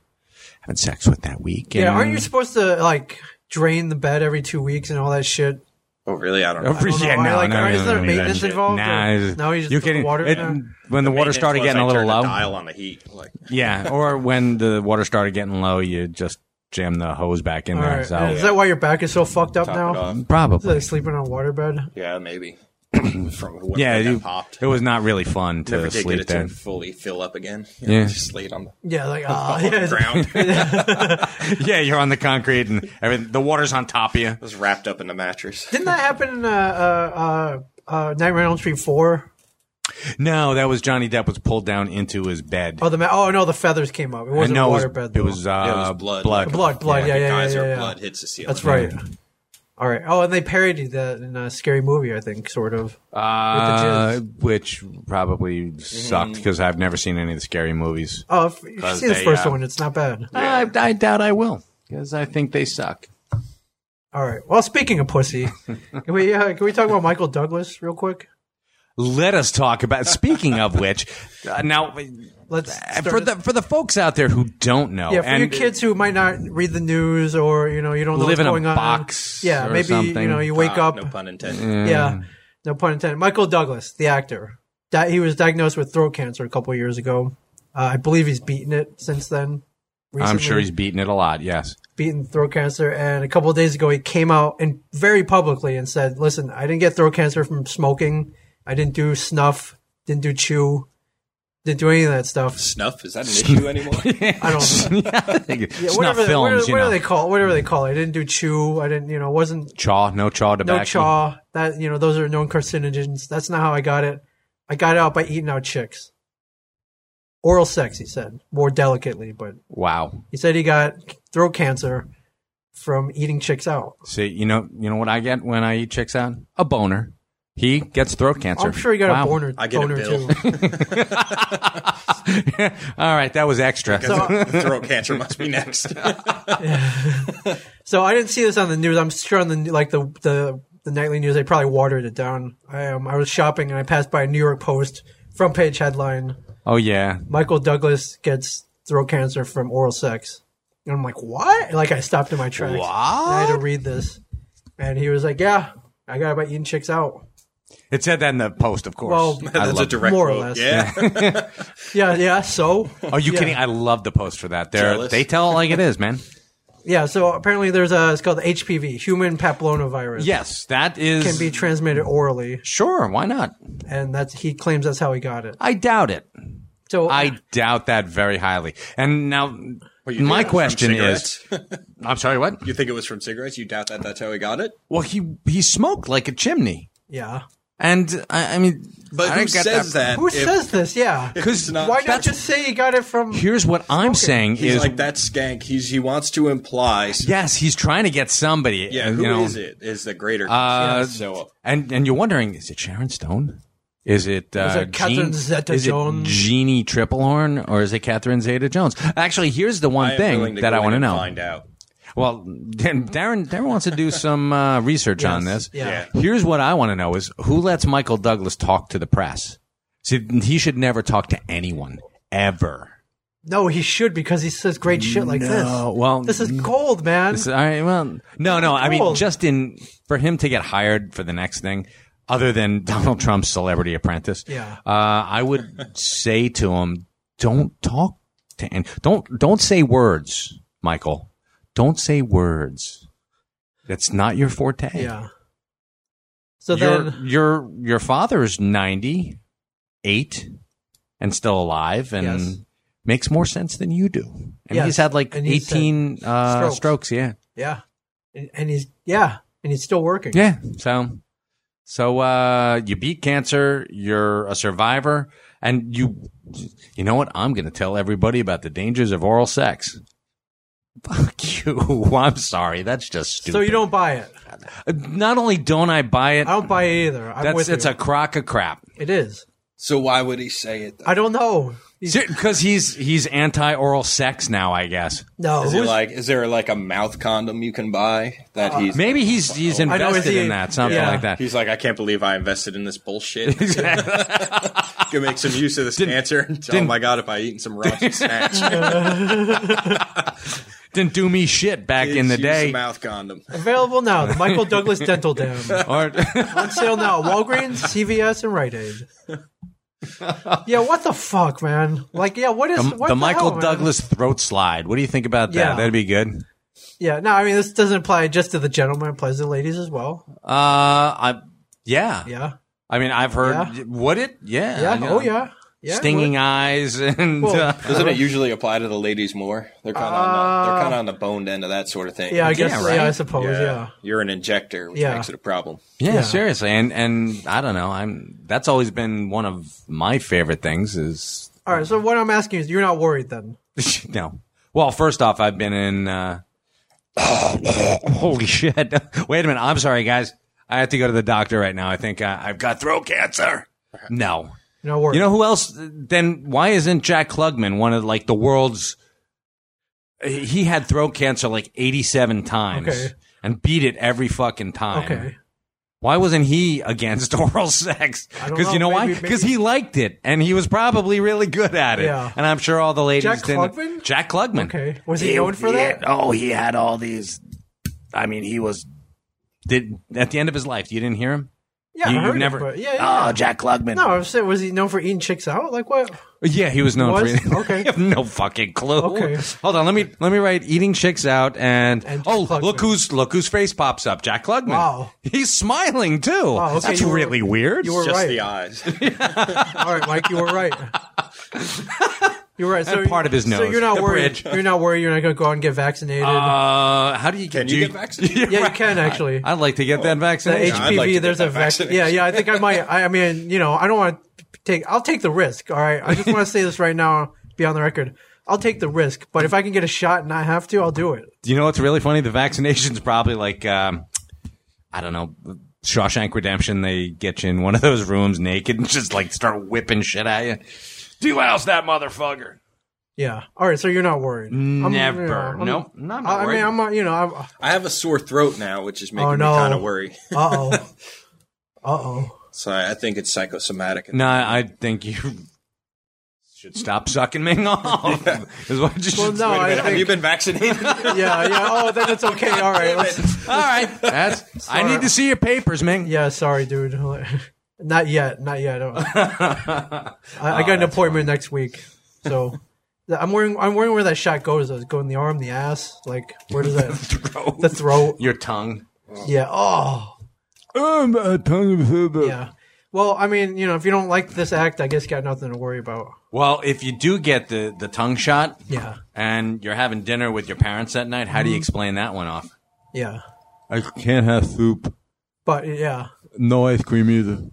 S2: having sex with that week.
S1: Mm-hmm. Yeah,
S2: and-
S1: aren't you supposed to like drain the bed every two weeks and all that shit?
S3: Oh, really? I don't know.
S2: Oh,
S1: don't
S2: yeah,
S1: know. I
S2: no,
S1: like-
S2: no,
S1: is
S2: no,
S1: there
S2: no,
S1: maintenance
S2: no.
S1: involved,
S2: Nah,
S1: or-
S2: it's-
S1: No, you just
S2: you
S1: put the
S2: kidding?
S1: water
S2: It,
S1: in
S2: when the water
S3: Maintenance
S2: started
S3: was
S2: getting
S3: I
S2: a little
S3: turned the
S2: low,
S3: dial on the heat. Like,
S2: yeah, or when the water started getting low, you just jam the hose back in
S1: All
S2: there.
S1: right.
S2: So
S1: Is that why your back is so fucked up
S3: Top it
S1: now?
S3: off.
S1: Is that
S2: probably,
S1: like sleeping on a waterbed?
S3: Yeah, maybe. From what
S2: yeah,
S3: got
S2: it,
S3: popped.
S2: it was not really fun to
S3: Never did get
S2: sleep
S3: it
S2: there.
S3: to fully fill up again. You know,
S2: Yeah.
S3: just laid on the
S1: Yeah, like ah, yeah.
S3: ground.
S2: yeah, you're on the concrete and everything. The water's on top of you.
S3: was wrapped up in the mattress.
S1: Didn't that happen in uh, uh, uh, uh, Nightmare on Elm Street four?
S2: No, that was Johnny Depp was pulled down into his bed.
S1: Oh, the ma- oh no, the feathers came up. It wasn't
S2: no, it was,
S1: waterbed.
S2: it was, uh,
S3: it was blood.
S2: blood.
S1: blood, blood. Yeah, yeah, yeah,
S3: Guys,
S1: yeah,
S3: your
S1: yeah.
S3: blood hits the ceiling. Ah,
S1: That's right. All right. Oh, and they parodied that in a scary movie, I think, sort of.
S2: Uh, which probably sucked
S3: Mm.
S2: because I've never seen any of the scary movies.
S1: Oh, if you should
S2: 'Cause
S1: see this
S2: they,
S1: first
S2: uh,
S1: one. It's not bad.
S2: I, I doubt I will because I think they suck.
S1: All right. Well, speaking of pussy, can we uh, can we talk about Michael Douglas real quick?
S2: Let us talk about. Speaking of which, uh, now
S1: Let's
S2: uh,
S1: start
S2: for
S1: it.
S2: the for the folks out there who don't know,
S1: yeah for
S2: and
S1: you kids who might not read the news or you know you don't know
S2: Live
S1: what's
S2: in a
S1: going on.
S2: box
S1: Yeah,
S2: or
S1: maybe
S2: something.
S1: you know you wake
S3: Ah,
S1: up.
S3: No pun intended.
S1: Yeah, no pun intended. Michael Douglas, the actor, Di- he was diagnosed with throat cancer a couple years ago. Uh, I believe he's beaten it since then.
S2: I'm
S1: Recently
S2: sure he's beaten it a lot. Yes,
S1: beaten throat cancer, and a couple of days ago he came out and very publicly and said, "Listen, I didn't get throat cancer from smoking. I didn't do snuff. Didn't do chew. Didn't do any of that stuff.
S3: Snuff is that an issue anymore?
S1: I don't."
S2: yeah, I think it-
S1: Yeah,
S2: snuff
S1: whatever, they-
S2: films,
S1: whatever,
S2: you
S1: whatever
S2: know,
S1: they call it, whatever they call it. I didn't do chew. I didn't, you know, wasn't
S2: chaw, no chaw tobacco.
S1: no chaw. That you know, those are known carcinogens. That's not how I got it. I got it out by eating out chicks. Oral sex, he said, more delicately, but
S2: Wow.
S1: he said he got throat cancer from eating chicks out.
S2: See, you know, you know what I get when I eat chicks out? A boner. He gets throat cancer.
S1: I'm sure he got
S2: Wow.
S1: a boner,
S3: I get a
S1: boner
S3: bill.
S1: too.
S2: All right, that was extra.
S3: Throat cancer must be next.
S1: So I didn't see this on the news. I'm sure on the like the the, the nightly news, they probably watered it down. I um, I was shopping and I passed by a New York Post front page headline:
S2: oh yeah,
S1: Michael Douglas gets throat cancer from oral sex. And I'm like, what? Like I stopped in my tracks. And I had to read this, and he was like, yeah, I got about eating chicks out.
S2: it said that in the post, of course.
S1: Well,
S2: I
S3: That's a
S2: love-
S3: direct
S1: More or
S3: quote.
S1: less.
S3: Yeah.
S1: Yeah, yeah. So
S2: Are you kidding? I love the post for that. They
S3: Jealous.
S2: they tell it like it is, man.
S1: yeah, so apparently there's a it's called HPV, human papillomavirus.
S2: Yes, that is.
S1: Can be transmitted orally,
S2: sure. Why not?
S1: and that's he claims that's how he got it.
S2: I doubt it.
S1: So
S2: I doubt that very highly. And now,
S3: You
S2: my
S3: think it was from
S2: question is:
S3: cigarettes?
S2: I'm sorry, what?
S3: you think it was from cigarettes? You doubt that? That's how he got it?
S2: Well, he he smoked like a chimney,
S1: yeah,
S2: and I, I mean,
S3: But
S2: I
S3: who
S2: don't get
S3: says that?
S1: who
S3: if-
S1: says this? Yeah,
S3: if it's not-
S1: why not
S2: that's-
S1: just say he got it from?
S2: Here's what I'm saying
S3: He's
S2: is
S3: like that skank. He's he wants to imply.
S2: yes, he's trying to get somebody.
S3: Yeah,
S2: uh,
S3: who
S2: you know,
S3: is it? Is the greater
S2: Uh,
S3: so
S2: And and you're wondering, is it Sharon Stone? Is it uh,
S1: it Catherine
S2: Jean- is
S1: Zeta-Jones?
S2: it Jeannie Triplehorn or is it Catherine Zeta Jones? Actually, here's the one
S3: I am willing
S2: thing
S3: to
S2: that
S3: go
S2: I want
S3: in
S2: to
S3: and
S2: know.
S3: Find out.
S2: Well, Dan- Darren Darren wants to do some uh, research on
S1: Yes,
S2: this.
S1: yeah.
S2: Here's what I want to know: is who lets Michael Douglas talk to the press? See, he should never talk to anyone ever.
S1: No, he should because he says great shit like
S2: No, well,
S1: this. This is gold, man.
S2: This is- all right, well, no, no. I
S1: Cool.
S2: mean, just in for him to get hired for the next thing, other than Donald Trump's Celebrity Apprentice.
S1: Yeah.
S2: Uh, I would say to him, don't talk to and don't don't say words, Michael. Don't say words. That's not your forte.
S1: yeah. So
S2: Your
S1: then,
S2: your your father's ninety eight and still alive, and
S1: Yes.
S2: makes more sense than you do. And
S1: Yes,
S2: he's had like
S1: and he's had
S2: eighteen uh,
S1: strokes.
S2: strokes. Yeah.
S1: yeah, and, and he's yeah, and he's still working.
S2: Yeah. So, so uh, you beat cancer. You're a survivor, and you, you know what? I'm going to tell everybody about the dangers of oral sex. Fuck you. I'm sorry. That's just stupid. Uh,
S1: So you don't buy it.
S2: Not only don't I buy it,
S1: I don't buy it either. I'm
S2: that's
S1: with
S2: it's
S1: you.
S2: a crock of crap.
S1: it is.
S3: So why would he say it? Though?
S1: I don't know. He's-
S2: Because he's he's anti oral sex now. I guess
S1: no,
S3: Is he
S1: who's-
S3: like? Is there like a mouth condom you can buy
S2: Uh,
S3: that he's?
S2: maybe he's he's
S1: know, is
S2: invested
S1: he-
S2: in that something
S1: yeah.
S2: like that.
S3: He's like, I can't believe I invested in this bullshit. Gonna make some use of this cancer. oh my god, if I eat some raunchy snatch
S2: Didn't do me shit back in the
S3: use a
S2: day.
S3: mouth condom.
S1: available now. The Michael Douglas Dental Dam
S2: Or
S1: on sale now. Walgreens, CVS, and Rite Aid. Yeah, what the fuck, man? Like, yeah, what is
S2: the,
S1: what
S2: the
S1: hell,
S2: Michael
S1: man?
S2: Douglas throat slide. What do you think about that?
S1: Yeah.
S2: That'd be good.
S1: Yeah, no, I mean this doesn't apply just to the gentlemen; it applies to the ladies as well.
S2: Uh, I, yeah.
S1: Yeah,
S2: I mean, I've heard.
S1: Yeah.
S2: Would it? Yeah.
S1: yeah,
S2: I know.
S1: oh yeah, yeah.
S2: Stinging eyes and.
S1: Well,
S2: uh,
S3: Doesn't it usually apply to the ladies more? They're kind of on the, they're kind of on the boned end of that sort of thing.
S1: Uh, Yeah, I guess.
S2: Yeah,
S1: Yeah,
S2: right?
S1: I suppose. Yeah.
S3: You're an injector, which
S1: Yeah.
S3: makes it a problem.
S2: yeah,
S1: yeah.
S2: seriously, and and I don't know. I'm. That's always been one of my favorite things. Is
S1: All right. So what I'm asking is, you're not worried then?
S2: no. Well, first off, I've been in. Uh, holy shit! Wait a minute. I'm sorry, guys. I have to go to the doctor right now. I think uh, I've got throat cancer. No.
S1: You're not worried.
S2: You know who else? Then why isn't Jack Klugman one of like the world's? He had throat cancer like eighty-seven times
S1: Okay.
S2: and beat it every fucking time.
S1: okay.
S2: Why wasn't he against oral sex?
S1: I don't
S2: Because you know
S1: know.
S2: why?
S1: Maybe- maybe-
S2: Because he liked it and he was probably really good at it.
S1: Yeah.
S2: And I'm sure all the ladies
S1: Jack
S2: didn't.
S1: Klugman?
S2: Jack Klugman.
S1: Okay. Was he known for that?
S2: oh, he had all these. I mean, he was. Did at the end of his life? You didn't hear him?
S1: Yeah,
S2: you,
S1: I
S2: you've
S1: heard
S2: never.
S1: It, but yeah, yeah.
S2: Oh, Jack Klugman.
S1: no, I was saying, was he known for eating chicks out? Like what?
S2: Yeah, he was known
S1: Was?
S2: for.
S1: Okay.
S2: I have no fucking clue.
S1: Okay.
S2: Hold on, let me let me write eating chicks out and,
S1: And
S2: oh
S1: Klugman.
S2: look who's look whose face pops up, Jack Klugman.
S1: Wow.
S2: he's smiling too.
S1: okay,
S2: That's
S1: you were-
S2: really weird.
S1: You were
S3: Just
S1: right.
S3: the eyes.
S1: All right, Mike, you were right. You were right. So
S2: And part of his
S1: So
S2: nose,
S1: you're not
S2: the
S1: worried.
S2: bridge.
S1: You're not worried. You're not going to go out and get vaccinated.
S2: uh, how do you
S3: Can
S2: do
S3: you get vaccinated?
S1: yeah, you can actually.
S2: I'd like to get that
S1: the
S2: vaccination.
S3: I'd
S1: HPV,
S3: like to get
S1: there's
S3: that
S1: a vaccine. Yeah, yeah. I think I might. I, I mean, you know, I don't want to take. I'll take the risk. All right. I just want to say this right now, be on the record. I'll take the risk, but if I can get a shot and not have to, I'll do it.
S2: You know what's really funny? The vaccination's probably like um, I don't know. Shawshank Redemption, they get you in one of those rooms naked and just like start whipping shit at you. Delouse that motherfucker.
S1: Yeah. All right. So you're not worried. I'm,
S2: Never.
S1: You know, I'm-
S2: nope. No, I'm not
S1: I, I
S2: worried.
S1: mean, I'm. not- You know. I'm. Uh
S3: I have a sore throat now, which is making
S1: Oh, no.
S3: me kind of worry.
S1: oh. Uh oh.
S3: So I I think it's psychosomatic.
S2: No, I think you should stop sucking Ming off. Is what you
S1: Well,
S2: should
S1: no.
S2: say.
S1: I
S3: Have you
S1: think.
S3: been vaccinated?
S1: Yeah. Yeah. Oh, then it's okay. All right. Let's,
S2: All right, that's. I need to see your papers, Ming.
S1: Yeah, sorry, dude. not yet. Not yet. I, don't- I, I got an appointment next week, so I'm wondering. I'm wondering where that shot goes. Does it go in the arm, the ass? Like where does that? the throat.
S2: Your tongue.
S1: Yeah. Oh.
S2: Um, a tongue of
S1: Yeah. Well, I mean, you know, if you don't like this act, I guess you got nothing to worry about.
S2: Well, if you do get the the tongue shot,
S1: Yeah. Mm-hmm.
S2: and you're having dinner with your parents that night, how do you explain that one off?
S1: Yeah.
S2: I can't have soup,
S1: But yeah.
S2: no ice cream either.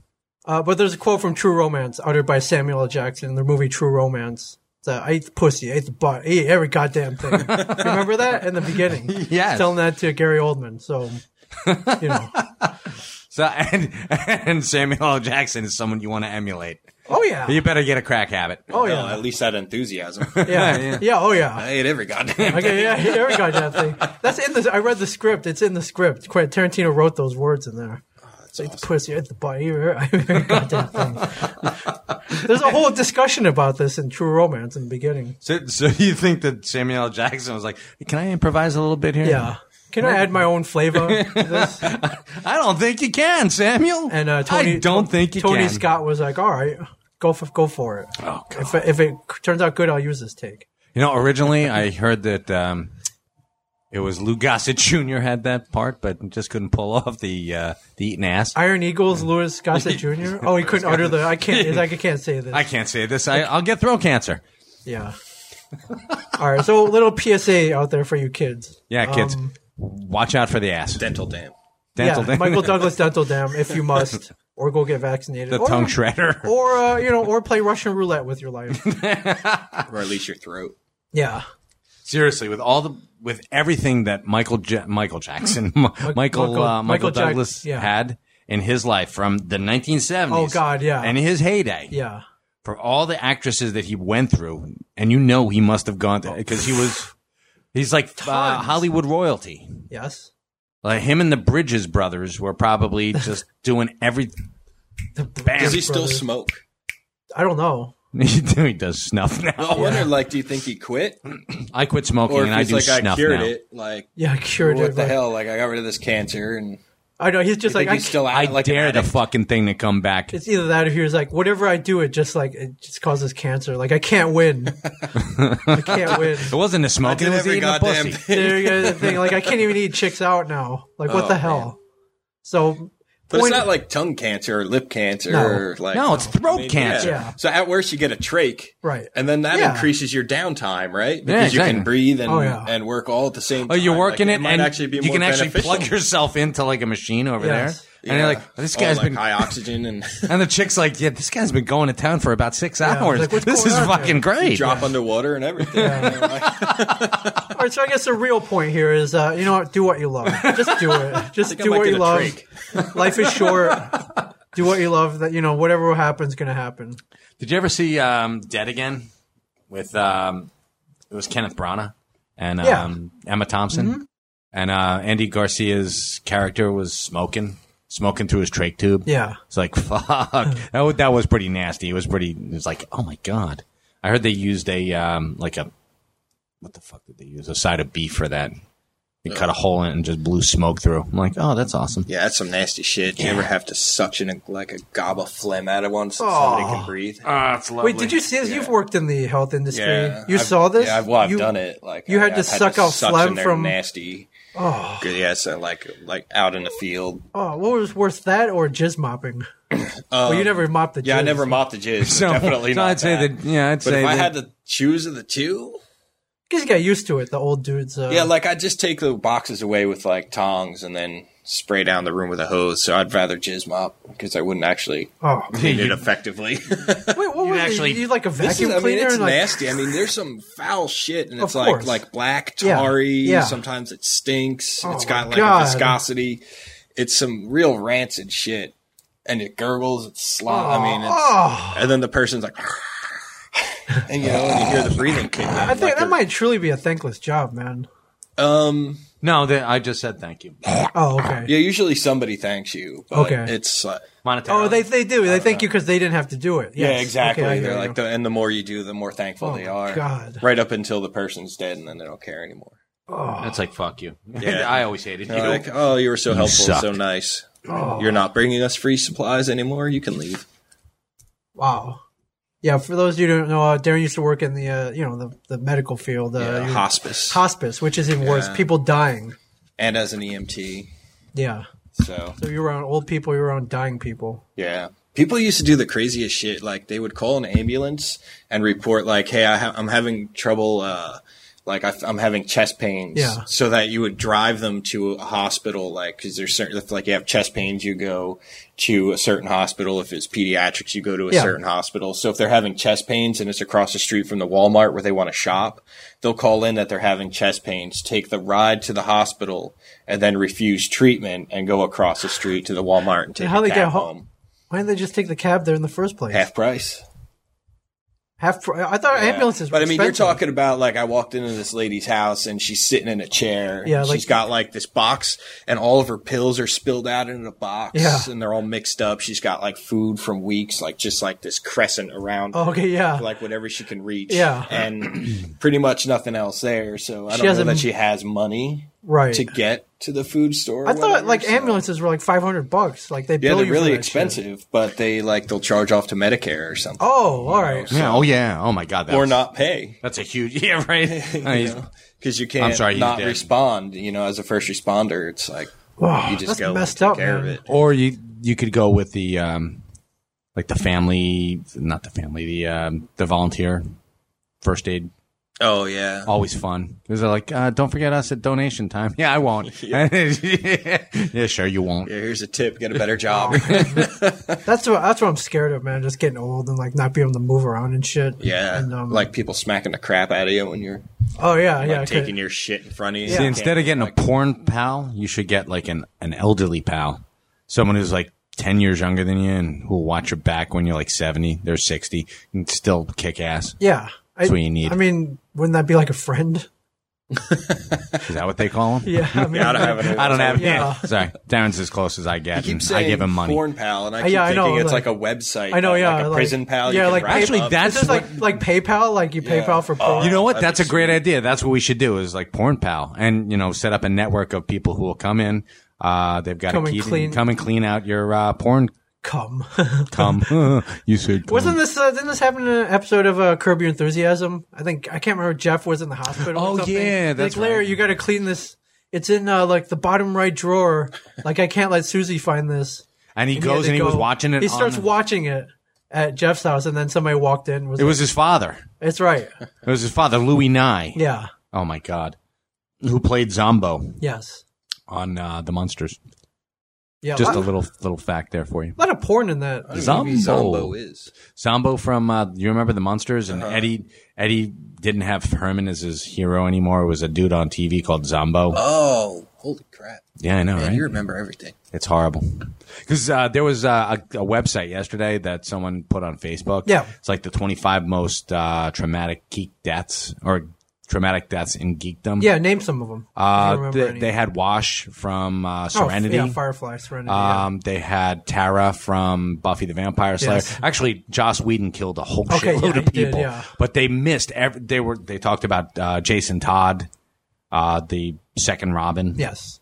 S1: Uh, but there's a quote from True Romance uttered by Samuel L. Jackson in the movie True Romance. It's, uh, I ate the pussy, I ate the butt, I ate every goddamn thing. Remember that in the beginning?
S2: Yes.
S1: Telling that to Gary Oldman. So, you know.
S2: So, and and Samuel L. Jackson is someone you want to emulate.
S1: Oh, yeah.
S2: You better get a crack habit.
S1: Oh,
S3: No,
S1: yeah.
S3: at least that enthusiasm.
S1: Yeah.
S2: yeah.
S1: yeah. Oh, yeah.
S3: I ate every goddamn.
S1: Okay, yeah, yeah, every goddamn thing. That's in the. I read the script. It's in the script. Quite Tarantino wrote those words in there.
S2: Oh,
S3: It's awesome.
S1: Pussy, I ate the butt, I ate every goddamn thing. There's a whole discussion about this in True Romance in the beginning.
S2: So, so you think that Samuel L. Jackson was like, "Can I improvise a little bit here?"
S1: Yeah. Can I add my own flavor to this?
S2: I don't think you can, Samuel.
S1: And uh, Tony,
S2: I don't think you
S1: Tony
S2: can.
S1: Scott was like, "All right, go for go for it.
S2: Oh, God.
S1: If if it turns out good, I'll use this take."
S2: You know, originally I heard that um, it was Lou Gossett Jr. had that part, but just couldn't pull off the uh, the eating ass. I,
S1: Iron Eagles, Lewis Gossett Jr. Oh, he couldn't utter the. I can't. I can't say this.
S2: can't say this. I, I'll get throat cancer.
S1: Yeah. All right. So, little PSA out there for you kids.
S2: Yeah, kids,
S1: Um,
S2: watch out for the ass.
S3: dental dam.
S2: Dental
S1: yeah,
S2: dam-
S1: Michael Douglas dental dam, if you must, or go get vaccinated.
S2: the
S1: or,
S2: tongue shredder.
S1: Or uh, you know, or play Russian roulette with your life.
S3: or at least your throat.
S1: Yeah.
S2: Seriously, with all the with everything that Michael ja- Michael Jackson, Mi- Michael Michael, uh, Michael,
S1: Michael- Michael Jack-
S2: Douglas
S1: yeah.
S2: had in his life from the 1970s.
S1: Oh, God, yeah.
S2: and his heyday.
S1: Yeah.
S2: for all the actresses that he went through, and you know he must have gone
S3: Oh.
S2: because he was he's like uh,
S1: Tons.
S2: Hollywood royalty.
S1: Yes.
S2: Like him and the Bridges brothers were probably just doing every. Bam.
S3: Does
S1: Brother.
S3: he still smoke?
S1: I don't know.
S2: he does snuff now.
S3: I wonder, like, do you think he quit,
S2: I quit smoking
S3: Oh. or
S2: and
S3: if
S2: I
S3: he's
S2: do
S3: like, I
S2: snuff
S3: cured
S2: now.
S3: it? Like,
S1: Yeah, cured
S3: what
S1: it,
S3: the
S1: but-
S3: hell? Like, I got rid of this cancer, and
S1: I know he's just like
S3: Like,
S1: I,
S3: he's still
S2: I
S3: acting like an
S2: dare the
S3: addict?
S2: fucking thing to come back.
S1: it's either that or he was like whatever I do, it just like it just causes cancer. Like I can't win. I can't win.
S2: It wasn't the smoke;
S3: did
S2: it was
S3: every
S2: eating the
S3: goddamn
S2: pussy.
S3: thing.
S1: There you go, the thing. Like I can't even eat chicks out now. Like what
S3: Oh,
S1: the hell? So
S3: But
S1: point-
S3: it's not like tongue cancer or lip cancer
S1: No.
S3: or like
S2: No, it's throat
S3: yeah.
S2: cancer.
S1: Yeah.
S3: So at worst you get a trach.
S1: Right.
S3: And then that
S1: Yeah.
S3: increases your downtime, right? Because you
S2: exactly.
S3: can breathe and,
S1: Oh, yeah.
S3: and work all at the same
S2: Oh,
S3: time.
S2: you're working
S3: Like,
S2: it,
S3: might
S2: and
S3: actually be
S2: you
S3: more
S2: can actually
S3: beneficial.
S2: plug yourself into like a machine over
S1: Yes.
S2: there, and you're
S3: Yeah.
S2: like, this
S3: All,
S2: guy's
S3: like,
S2: been,
S3: high oxygen and
S2: and the chick's like, yeah, this guy's been going to town for about six hours.
S1: like, what's
S2: this
S1: going
S2: is
S1: on
S2: fucking great.
S3: drop underwater and everything.
S1: all right, so I guess the real point here is uh, you know what, do what you love. Just do it. Just
S3: think I
S1: do
S3: might
S1: what
S3: get
S1: you
S3: a
S1: love. Life is short. do what you love. That you know whatever happens, gonna happen.
S2: Did you ever see um, Dead Again with um, it was Kenneth Branagh and
S1: Yeah.
S2: um, Emma Thompson and uh, Andy Garcia's character was smoking smoking through his trach tube.
S1: Yeah.
S2: it's like fuck. that, wa- that was pretty nasty. It was pretty. It was like oh my god. I heard they used a um, like a what the fuck did they use a side of beef for that? They cut a hole in it and just blew smoke through. I'm like oh that's awesome.
S3: Yeah, that's some nasty shit. You ever have to suction a, like a gob of phlegm out of one so somebody can breathe?
S2: Ah, it's lovely.
S1: Wait, did you see this? You've worked in the health industry.
S3: Yeah,
S1: Uh, you
S3: I've-
S1: saw this?
S3: Yeah, I've, well, I've
S1: You-
S3: done it. Like
S1: you had to
S3: I- I've
S1: suck out
S3: suction
S1: phlegm
S3: their
S1: from-
S3: nasty. Oh, yeah, so like like out in the field.
S1: Oh, what was worse, that or jizz mopping? well, you never mopped the.
S3: Um, Yeah, I
S1: jizz.
S3: never mopped the
S2: So,
S3: jizz. So, definitely
S2: so
S3: not.
S2: I'd say that. Yeah, I'd
S3: But
S2: say
S3: if I
S2: that-
S3: had to choose of the two,
S1: Because you got used to it. The old dudes. Uh,
S3: yeah, like I just take the boxes away with like tongs and then spray down the room with a hose. So I'd rather jizz mop because I wouldn't actually
S1: oh,
S3: clean it effectively.
S1: wait, what was
S2: actually-
S1: actually, you like a
S3: This is,
S1: vacuum
S3: I mean,
S1: cleaner?
S3: it's
S1: and, like,
S3: nasty. I mean, there's some foul shit, and
S1: Of
S3: it's like
S1: course.
S3: like black
S1: Yeah.
S3: tarry.
S1: Yeah. Oh
S3: Sometimes it stinks. it's
S1: my
S3: got like
S1: God.
S3: a viscosity. It's some real rancid shit, and it gurgles. It's slop. I mean, it's,
S1: Oh,
S3: and then the person's like, and you know, and you hear the breathing kick in.
S1: I think that might truly be a thankless job, man.
S3: Um,
S2: no, they, I just said thank you.
S1: Oh, okay.
S3: yeah, usually somebody thanks you, but
S1: Okay.
S3: it's uh,
S2: Monetarily.
S1: Oh, they they do. They thank you because they didn't have to do it.
S3: yeah,
S1: Yes.
S3: exactly.
S1: Okay, I hear
S3: They're
S1: you. Oh
S3: like, the, and the more you do, the more thankful they
S1: my
S3: are.
S1: God.
S3: Right up until the person's dead, and then they don't care anymore.
S2: That's like fuck you.
S3: Yeah.
S2: I always hated you.
S3: They're like, oh, you were so helpful,
S2: suck.
S3: so nice.
S1: Oh.
S3: You're not bringing us free supplies anymore. You can leave.
S1: wow. Yeah, for those of you who don't know, uh, Darren used to work in the uh, you know the, the medical field, uh,
S3: Yeah,
S1: you-
S3: hospice
S1: hospice, which is even worse. People dying.
S3: and as an EMT.
S1: Yeah.
S3: So
S1: So you're around old people. You're around dying people.
S3: yeah, people used to do the craziest shit. Like they would call an ambulance and report like, "Hey, I ha- I'm having trouble. Uh, like I f- I'm having chest pains."
S1: Yeah.
S3: So that you would drive them to a hospital, like because there's certain if like you have chest pains, you go to a certain hospital. If it's pediatrics, you go to a
S1: Yeah.
S3: certain hospital. So if they're having chest pains and it's across the street from the Walmart where they want to shop, they'll call in that they're having chest pains, take the ride to the hospital, and then refuse treatment and go across the street to the Walmart and take
S1: how
S3: a
S1: they
S3: cab
S1: get ho-
S3: home.
S1: Why didn't they just take the cab there in the first place?
S3: Half price.
S1: Half. pr- I thought ambulances.
S3: But
S1: were
S3: I mean, you're
S1: expensive.
S3: talking about like I walked into this lady's house and she's sitting in a chair.
S1: Yeah,
S3: and
S1: like-
S3: she's got like this box, and all of her pills are spilled out into the box,
S1: Yeah.
S3: and they're all mixed up. She's got like food from weeks, like just like this crescent around.
S1: Oh, okay,
S3: her,
S1: yeah.
S3: like whatever she can reach.
S1: Yeah.
S3: and pretty much nothing else there. So I
S1: She
S3: don't know
S1: hasn't-
S3: that she has money
S1: right.
S3: to get to the food store. or
S1: I thought
S3: whatever,
S1: like
S3: so-
S1: ambulances were like five hundred bucks. Like they
S3: Yeah,
S1: bill
S3: they're
S1: you for
S3: really
S1: that shit.
S3: expensive, but they like they'll charge off to Medicare or something,
S1: Oh, all right.
S2: yeah, oh yeah, oh my god, that
S3: or
S2: was-
S3: not pay.
S2: That's a huge yeah, right. Uh, he's-
S3: because you can't
S2: sorry, he's
S3: not
S2: dead.
S3: respond. You know, as a first responder, it's like
S1: Wow,
S3: you
S1: that's
S3: just go
S1: messed
S3: and take
S1: up, man.
S3: care of it.
S2: Or you you could go with the um, like the family, not the family, the um, the volunteer first aid.
S3: Oh yeah,
S2: Always fun because they're like, uh, don't forget us at donation time. Yeah, I won't. yeah. sure you won't.
S3: yeah. Here's a tip: get a better job.
S2: Oh,
S1: That's what that's what I'm scared of, man. Just getting old and like not being able to move around and shit.
S3: yeah,
S1: And, um,
S3: like people smacking the crap out of you when you're
S1: oh yeah,
S3: like,
S1: yeah. okay.
S3: taking your shit in front of you.
S1: See,
S2: See,
S3: You
S2: instead
S3: can't-
S2: of getting a porn pal, you should get like an, an elderly pal, someone who's like ten years younger than you and who'll watch your back when you're like seventy, they're sixty, and still kick ass.
S1: yeah. I,
S2: That's what you need.
S1: I mean, wouldn't that be like a friend?
S2: Is that what they call them?
S1: Yeah. I mean,
S3: yeah, I don't have any.
S2: I don't have.
S1: Yeah.
S2: Sorry, Darren's as close as I get.
S3: Keep
S2: and
S3: saying
S2: I give him money.
S3: porn pal, and I
S1: Uh,
S3: keep
S1: yeah, I know,
S3: thinking it's
S1: like-
S3: like, a website.
S1: I know,
S3: that,
S1: yeah,
S3: like a
S1: like-
S3: prison pal.
S1: yeah,
S3: you can
S1: like
S3: write
S2: Actually,
S3: up.
S1: It's
S2: that's
S1: just
S2: what,
S1: like like PayPal, like you
S3: Yeah. Oh.
S1: PayPal for porn.
S2: you know what?
S3: That'd
S2: That's
S3: be
S2: a great
S3: sweet.
S2: idea. That's what we should do. Is like porn pal, and you know, set up a network of people who will come in. Uh, they've got
S1: Come
S2: a
S1: and
S2: key to-
S1: clean-
S2: come and clean out your uh, porn
S1: Come.
S2: cum. you said cum.
S1: Wasn't this uh, didn't this happen in an episode of uh, Curb Your Enthusiasm? I think I can't remember. Jeff was in the hospital. or
S2: Oh,
S1: something.
S2: yeah, that's
S1: like, Larry,
S2: right.
S1: you got to clean this. It's in uh, like the bottom right drawer. Like I can't let Susie find this.
S2: and he
S1: And
S2: goes
S1: had to
S2: and he was
S1: go-
S2: watching it.
S1: He
S2: on
S1: starts
S2: the-
S1: watching it at Jeff's house, and then somebody walked in. and Was
S2: It was his father.
S1: like, it's right?
S2: It was his father, Louis Nye.
S1: Yeah.
S2: Oh my God, who played Zombo
S1: Yes.
S2: on uh, The Monsters?
S1: Yeah.
S2: Just a
S1: lot,
S2: little little fact there for you.
S1: lot of porn in that.
S3: I don't even know
S2: Zombo.
S3: who Zombo is.
S2: Zombo from uh, you remember the Monsters
S1: Uh-huh.
S2: and Eddie Eddie didn't have Herman as his hero anymore. It was a dude on TV called Zombo.
S3: Oh, holy crap.
S2: yeah, I know,
S3: Man,
S2: right?
S3: you remember everything.
S2: It's horrible. Because uh, there was uh, a, a website yesterday that someone put on Facebook.
S1: Yeah.
S2: it's like the 25 most uh, traumatic geek deaths or traumatic deaths in geekdom.
S1: Yeah. Name some of them. I don't
S2: uh,
S1: remember
S2: they,
S1: any.
S2: they had Wash from uh,
S1: Oh,
S2: Serenity.
S1: yeah, Firefly, Serenity. yeah.
S2: Um, they had Tara from Buffy the Vampire Slayer.
S1: Yes.
S2: Actually, Joss Whedon killed a whole
S1: Okay,
S2: shitload
S1: yeah,
S2: of
S1: he did,
S2: people,
S1: yeah.
S2: but they missed. Every, they were they talked about uh, Jason Todd, uh, the second Robin.
S1: Yes.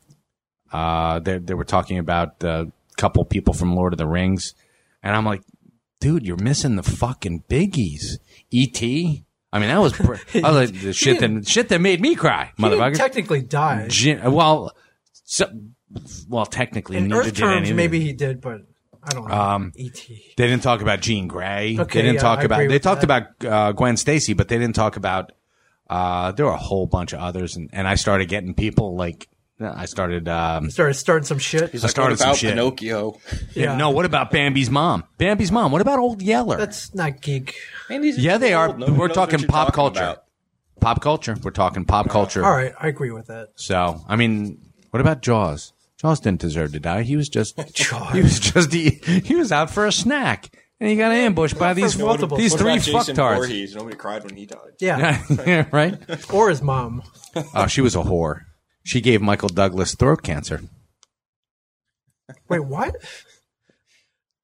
S2: Uh, they they were talking about a couple people from Lord of the Rings, and I'm like, dude, you're missing the fucking biggies. E.T. I mean, that was, pr- I was like, the shit that shit that made me cry,
S1: He didn't
S2: motherfucker.
S1: technically die.
S2: Jin- well, so, well, technically,
S1: In
S2: neither
S1: Earth
S2: did
S1: terms,
S2: any of
S1: maybe he did, but I don't know. E
S2: Um,
S1: E.T.
S2: They didn't talk about Jean Grey.
S1: Okay,
S2: they didn't
S1: yeah,
S2: talk
S1: I
S2: about.
S1: agree
S2: They
S1: with
S2: talked
S1: that.
S2: about uh, Gwen Stacy, but they didn't talk about. Uh, there were a whole bunch of others, and, and I started getting people like I started. Um,
S1: started starting some shit.
S2: I
S3: What
S2: started some
S3: about
S2: shit.
S3: Pinocchio?
S2: Yeah, No, what about Bambi's mom? Bambi's mom. What about Old Yeller?
S1: That's not geek.
S3: Man, these
S2: yeah, they are.
S3: old. Nobody
S2: we're
S3: knows
S2: talking
S3: what you're
S2: pop
S3: talking
S2: culture.
S3: about.
S2: Pop culture. We're talking pop culture.
S1: All right, I agree with that.
S2: So, I mean, what about Jaws? Jaws didn't deserve to die. He was just
S1: Jaws.
S2: he was just he, he was out for a snack, and he got ambushed by these
S1: for multiple-
S2: these
S1: What
S3: What
S2: three
S3: about Jason
S2: fucktards.
S3: Voorhees? Nobody cried when he died.
S1: Yeah,
S2: Yeah, right.
S1: or his mom.
S2: Oh, she was a whore. She gave Michael Douglas throat cancer.
S1: Wait, what?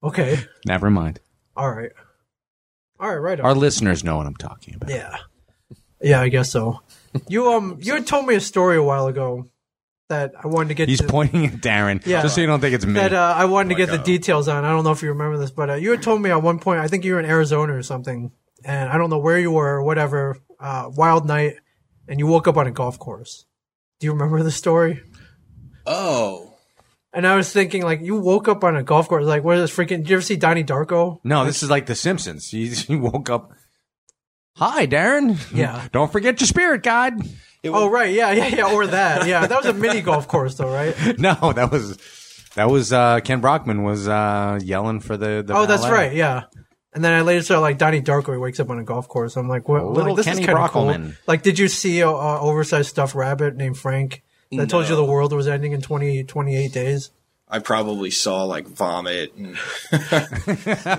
S1: Okay,
S2: Never mind.
S1: all right, all right, right. on.
S2: Our listeners know what I'm talking about.
S1: yeah, yeah, I guess so. You um, you had told me a story a while ago that I wanted to get.
S2: He's
S1: to,
S2: pointing at Darren,
S1: Yeah.
S2: just so you don't think it's me. Oh
S1: that uh, I wanted to get
S3: God.
S1: the details on. I don't know if you remember this, but uh, you had told me at one point. I think you were in Arizona or something, and I don't know where you were, or whatever. Uh, wild night, and you woke up on a golf course. Do you remember the story?
S3: Oh,
S1: And I was thinking, like, you woke up on a golf course. Like, what is this freaking? Did you ever see Donnie Darko?
S2: no, this is like The Simpsons. He, he woke up. Hi, Darren.
S1: Yeah.
S2: Don't forget your spirit guide.
S1: Oh, right. Yeah, yeah, yeah. Or that. Yeah, that was a mini golf course, though, right?
S2: No, that was that was uh, Ken Brockman was uh, yelling for the. the
S1: Oh, that's
S2: ballet.
S1: right. Yeah. And then I later saw, like, Donnie Darko he wakes up on a golf course. I'm like, what? like,
S2: Little
S1: this
S2: Kenny
S1: is kind of cool.
S2: Brockelman.
S1: Like, did you see a, uh oversized stuffed rabbit named Frank that told you the world was ending in 20, 28 days?
S3: I probably saw like vomit and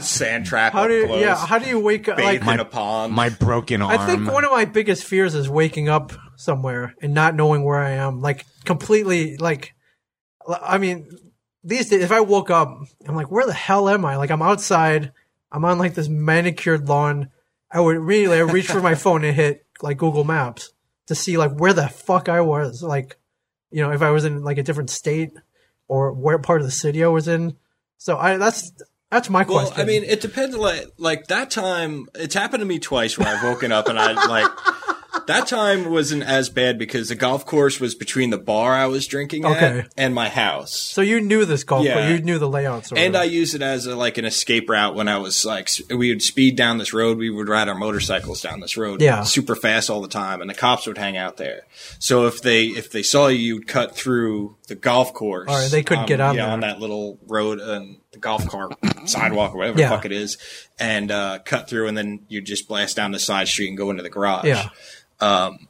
S3: sand trap.
S1: How
S3: up
S1: do you,
S3: close,
S1: yeah? How do you wake up? Like,
S3: bathed in a pond.
S2: My broken arm.
S1: I think one of my biggest fears is waking up somewhere and not knowing where I am. Like completely like I mean these days if I woke up I'm like where the hell am I? Like I'm outside, I'm on like this manicured lawn. I would immediately I reach for my phone and hit like Google Maps to see like where the fuck I was. Like you know, if I was in like a different state or where part of the city I was in. So I that's that's my
S3: well,
S1: question.
S3: I mean, it depends. Like, like that time, it's happened to me twice where I've woken up and I like that time wasn't as bad because the golf course was between the bar I was drinking
S1: Okay.
S3: at and my house.
S1: so you knew this golf,
S3: Yeah.
S1: but you knew the layouts. or
S3: And I
S1: whatever.
S3: used it as a, like an escape route when I was like, s- we would speed down this road. We would ride our motorcycles down this road,
S1: Yeah.
S3: super fast all the time, and the cops would hang out there. So if they if they saw you, you'd cut through the golf course. um,
S1: All right, they couldn't get on
S3: yeah,
S1: there.
S3: on that little road and the golf cart sidewalk or whatever
S1: Yeah.
S3: the fuck it is, and uh, cut through, and then you just blast down the side street and go into the garage.
S1: Yeah.
S3: Um,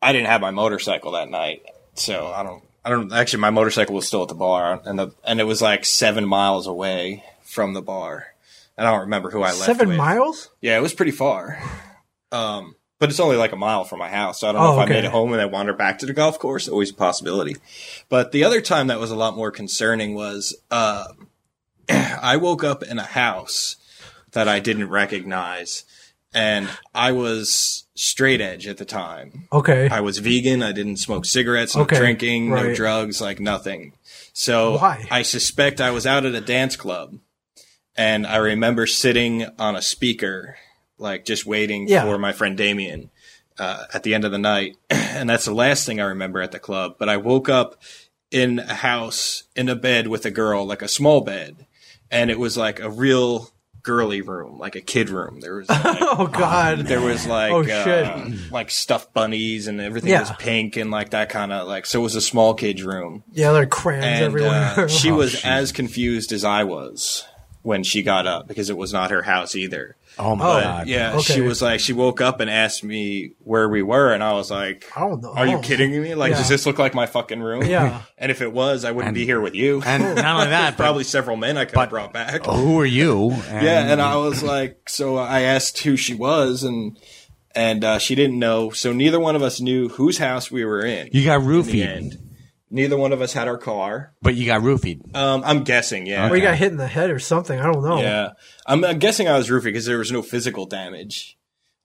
S3: I didn't have my motorcycle that night, so I don't. I don't actually. My motorcycle was still at the bar, and the and it was like seven miles away from the bar. And I don't remember who I left.
S1: seven
S3: with.
S1: miles.
S3: Yeah, it was pretty far. Um, but it's only like a mile from my house, so I don't
S1: Oh,
S3: know if
S1: okay.
S3: I made it home and I wandered back to the golf course. Always a possibility. But the other time that was a lot more concerning was uh, I woke up in a house that I didn't recognize, and I was straight edge at the time.
S1: Okay.
S3: I was vegan. I didn't smoke cigarettes, no
S1: Okay,
S3: drinking, no
S1: right.
S3: drugs, like nothing. So
S1: Why?
S3: I suspect I was out at a dance club and I remember sitting on a speaker, like just waiting
S1: Yeah.
S3: for my friend Damien uh, at the end of the night. and that's the last thing I remember at the club. But I woke up in a house in a bed with a girl, like a small bed. And it was like a real girly room, like a kid room. There was like,
S1: oh God.
S3: there was like
S1: Oh, shit.
S3: uh, like stuffed bunnies and everything
S1: Yeah.
S3: was pink and like that kind of like so it was a small kid's room
S1: yeah, there are crayons
S3: and
S1: everywhere.
S3: uh, she
S2: Oh,
S3: was
S2: shit.
S3: as confused as I was when she got up because it was not her house either.
S2: Oh my
S1: Oh,
S2: god.
S3: Yeah,
S1: Okay.
S3: she was like she woke up and asked me where we were and I was like
S1: I don't know. Oh.
S3: Are you kidding me? Like
S1: Yeah.
S3: does this look like my fucking room?
S1: Yeah.
S3: And if it was, I wouldn't
S2: And-
S3: be here with you.
S2: And not only that, but Oh,
S3: Probably several men I could have brought back.
S2: who are you?
S3: Yeah, and I was like, so I asked who she was, and and uh, she didn't know. So neither one of us knew whose house we were in.
S2: you got
S3: in the
S2: roofied,
S3: end, neither one of us had our car.
S2: but you got roofied.
S3: Um, I'm guessing, yeah,
S1: Or you got hit in the head or something. I don't know.
S3: yeah. I'm, I'm guessing I was roofing because there was no physical damage.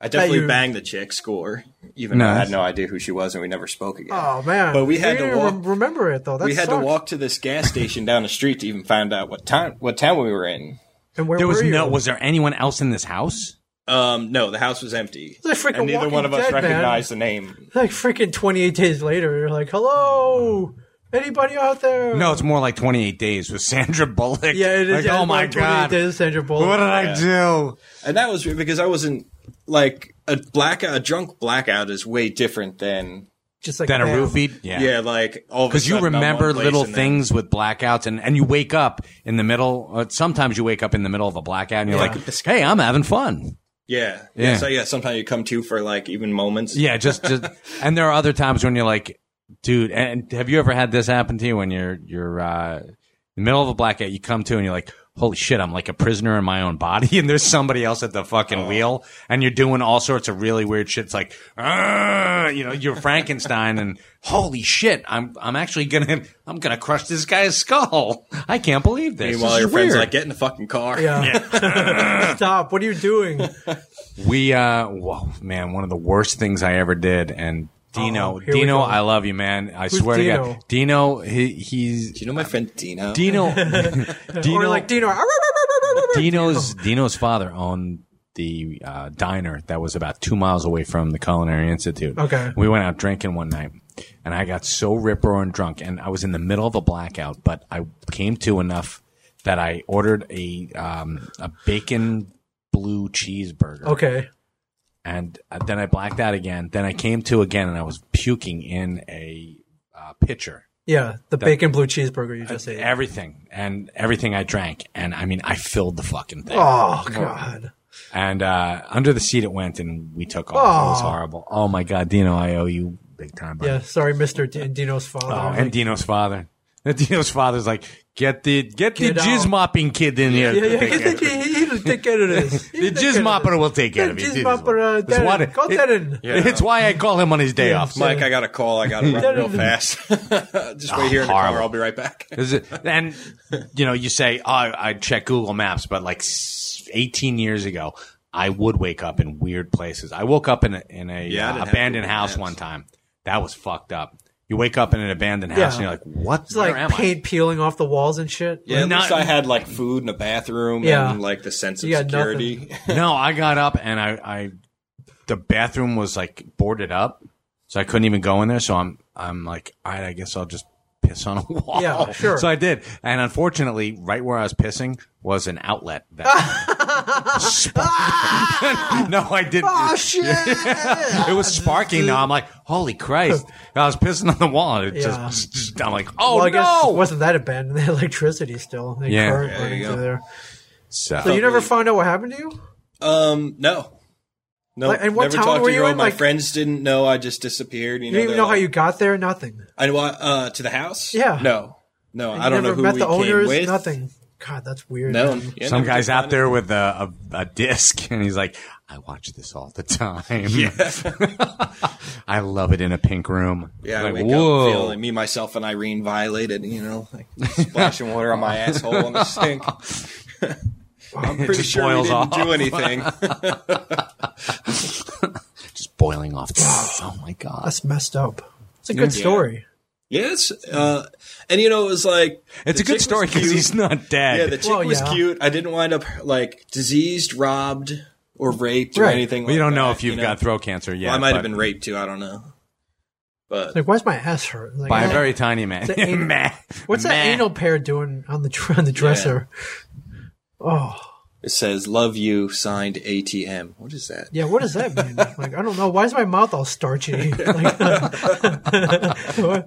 S3: I definitely
S1: you-
S3: banged the chick score, even though I
S2: Nice.
S3: had no idea who she was, and we never spoke again.
S1: Oh man.
S3: But we had
S1: You
S3: to
S1: didn't
S3: walk-
S1: rem- remember it though. That
S3: we had
S1: sucks.
S3: to walk to this gas station down the street to even find out what time what town we were in.
S1: And where
S2: There was
S1: were you?
S2: no. Was there anyone else in this house?
S3: Um, no, the house was empty,
S1: It's like freaking
S3: and neither one
S1: Walking
S3: of us
S1: Dead, man.
S3: recognized the name.
S1: like freaking 28 days later, you're like, hello, anybody out there?
S2: No, it's more like 28 days with Sandra Bullock.
S1: Yeah, it is.
S2: Like,
S1: yeah,
S2: oh
S1: it's
S2: my
S1: like 28
S2: god,
S1: Days, Sandra Bullock.
S2: what did I do?
S3: And that was because I wasn't like a black a drunk blackout is way different than
S1: Just like
S2: Then a
S1: bam.
S2: roofied.
S3: yeah, like all
S2: because
S3: because
S2: you remember little things with blackouts and, and you wake up in the middle uh, sometimes you wake up in the middle of a blackout and you're
S1: Yeah.
S2: like hey i'm having fun
S3: Yeah.
S2: Yeah.
S3: yeah, So yeah, sometimes you come to for like even moments.
S2: yeah just, just and there are other times when you're like dude and have you ever had this happen to you when you're you're uh, in the middle of a blackout you come to and you're like holy shit i'm like a prisoner in my own body and there's somebody else at the fucking
S3: Oh.
S2: wheel and you're doing all sorts of really weird shit it's like "Argh," you know you're frankenstein and holy shit i'm i'm actually gonna i'm gonna crush this guy's skull i can't believe this
S3: Meanwhile,
S2: This
S3: your
S2: is
S3: friends
S2: weird.
S3: like get in the fucking car.
S1: Yeah. Stop. What are you doing?
S2: We uh, whoa, man, one of the worst things I ever did, and Dino,
S1: Oh, here we
S2: Dino,
S1: go.
S2: I love you, man. I
S1: Who's
S2: swear to
S1: Dino?
S2: God, Dino, he, he's
S3: Do you know my friend Dino?
S2: Dino,
S1: or
S2: Dino,
S1: like Dino. "Arr, arr, arr, arr, arr, arr."
S2: Dino's Dino's father owned the uh, diner that was about two miles away from the Culinary Institute.
S1: Okay.
S2: we went out drinking one night, and I got so rip roaring drunk, and I was in the middle of a blackout, but I came to enough that I ordered a um, a bacon blue cheeseburger
S1: Okay.
S2: and uh, then I blacked out again. Then I came to again, and I was puking in a uh, pitcher.
S1: Yeah. The bacon blue cheeseburger you
S2: Uh,
S1: just ate.
S2: Everything and everything I drank, and I mean, I filled the fucking thing.
S1: Oh, God.
S2: And uh, under the seat it went, and we took off. It was
S1: Oh.
S2: horrible. Oh my god, Dino, I owe you big time, buddy.
S1: Yeah. Sorry, Mr. D- Dino's father.
S2: Oh, and Dino's father. And Dino's father's like, get the get,
S1: Get
S2: the
S1: out.
S2: jizz mopping kid in here.
S1: yeah,
S2: to
S1: yeah.
S2: take
S1: He,
S2: care of
S1: he, he, he didn't take care of this. He
S2: The
S1: didn't take
S2: jizz
S1: care of
S2: mopper
S1: this.
S2: will take care of
S1: The
S2: it.
S1: jizz mopper, uh,
S2: It's
S1: Darren.
S2: what-
S1: Call
S2: it-
S1: Darren.
S3: Yeah.
S2: It's why I call him on his day off.
S3: Mike, I got a call. I got to run real fast. Just wait here in the car.
S2: Oh, horrible.
S3: I'll be right back.
S2: Is it, and you know, you say, "Oh, I check Google Maps," but like s- 18 years ago, I would wake up in weird places. I woke up in a, in a
S3: Yeah, I didn't
S2: uh,
S3: have
S2: abandoned
S3: Google
S2: house
S3: Maps.
S2: one time. That was fucked up. You wake up in an abandoned house
S1: Yeah.
S2: and you're like, "What?
S1: It's
S2: Where am
S1: like
S2: I?"
S1: paint peeling off the walls and shit.
S3: Yeah, at
S2: Not-
S3: least I had like food and a bathroom
S1: Yeah.
S3: and like the sense of
S1: You got
S3: security.
S2: no, I got up and I, I, the bathroom was like boarded up, so I couldn't even go in there. So I'm, I'm like, all right, I guess I'll just piss on a wall.
S1: Yeah, sure.
S2: So I did, and unfortunately, right where I was pissing was an outlet. That Spark- no, I didn't.
S1: Oh, shit.
S2: it was sparking. Now I'm like, holy Christ! I was pissing on the wall. and It
S1: Yeah.
S2: just, just- I'm like, oh
S1: well, I guess it
S2: no.
S1: wasn't that abandoned. They had electricity still. They had
S2: Yeah.
S1: current
S2: There
S1: running
S3: you
S1: through
S3: go.
S1: there.
S2: So-
S1: So you never found out what happened to you?
S3: Um, no. No,
S1: Like, and what
S3: never
S1: town
S3: talked
S1: were
S3: to
S1: you
S3: girl.
S1: in?
S3: My
S1: Like-
S3: friends didn't know. I just disappeared. You,
S1: You didn't even
S3: they're
S1: know how
S3: like-
S1: you got there. Nothing.
S3: I know. Uh, to the house?
S1: Yeah.
S3: No, no.
S1: And
S3: I don't
S1: you
S3: know
S1: never
S3: who
S1: met
S3: we
S1: the
S3: came
S1: owners.
S3: with.
S1: Nothing. God, that's weird.
S3: No.
S1: man.
S3: yeah,
S2: some
S3: never
S2: guy's
S3: did
S2: out
S3: find
S2: there with a, a, a disc and he's like i watch this all the time i love it in a pink room
S3: it. Yeah. I
S2: like,
S3: wake
S2: whoa
S3: up and feel like me, myself, and Irene violated. You know, like splashing water on my asshole on the sink. I'm
S2: It
S3: pretty
S2: just
S3: sure we
S2: boils
S3: didn't
S2: off.
S3: do anything.
S4: just boiling off. oh my god!
S1: That's messed up. It's a good
S2: Yeah.
S1: story.
S3: yes, uh, and you know it was like
S2: It's
S3: the
S2: a good
S3: chick
S2: story
S3: was
S2: because
S3: cute.
S2: he's not dead.
S3: Yeah, the chick
S1: Well,
S3: was
S1: yeah.
S3: cute. I didn't wind up like diseased, robbed, or raped or
S1: Right.
S3: anything.
S2: we
S3: like
S2: don't know
S3: that,
S2: if you've
S3: you
S2: got throat cancer yet.
S3: Well, I might
S2: but-
S3: have been raped too. I don't know. But
S1: Like, why's my ass hurt? Like,
S2: by a
S1: eh,
S2: very tiny man.
S1: It's an anal-
S2: Meh.
S1: what's that
S2: Meh.
S1: anal pair doing on the dr- on the dresser? Oh,
S3: it says "Love You" signed ATM. What is that?
S1: yeah. What does that mean? like, I don't know. Why is my mouth all starchy? Like,
S2: Well,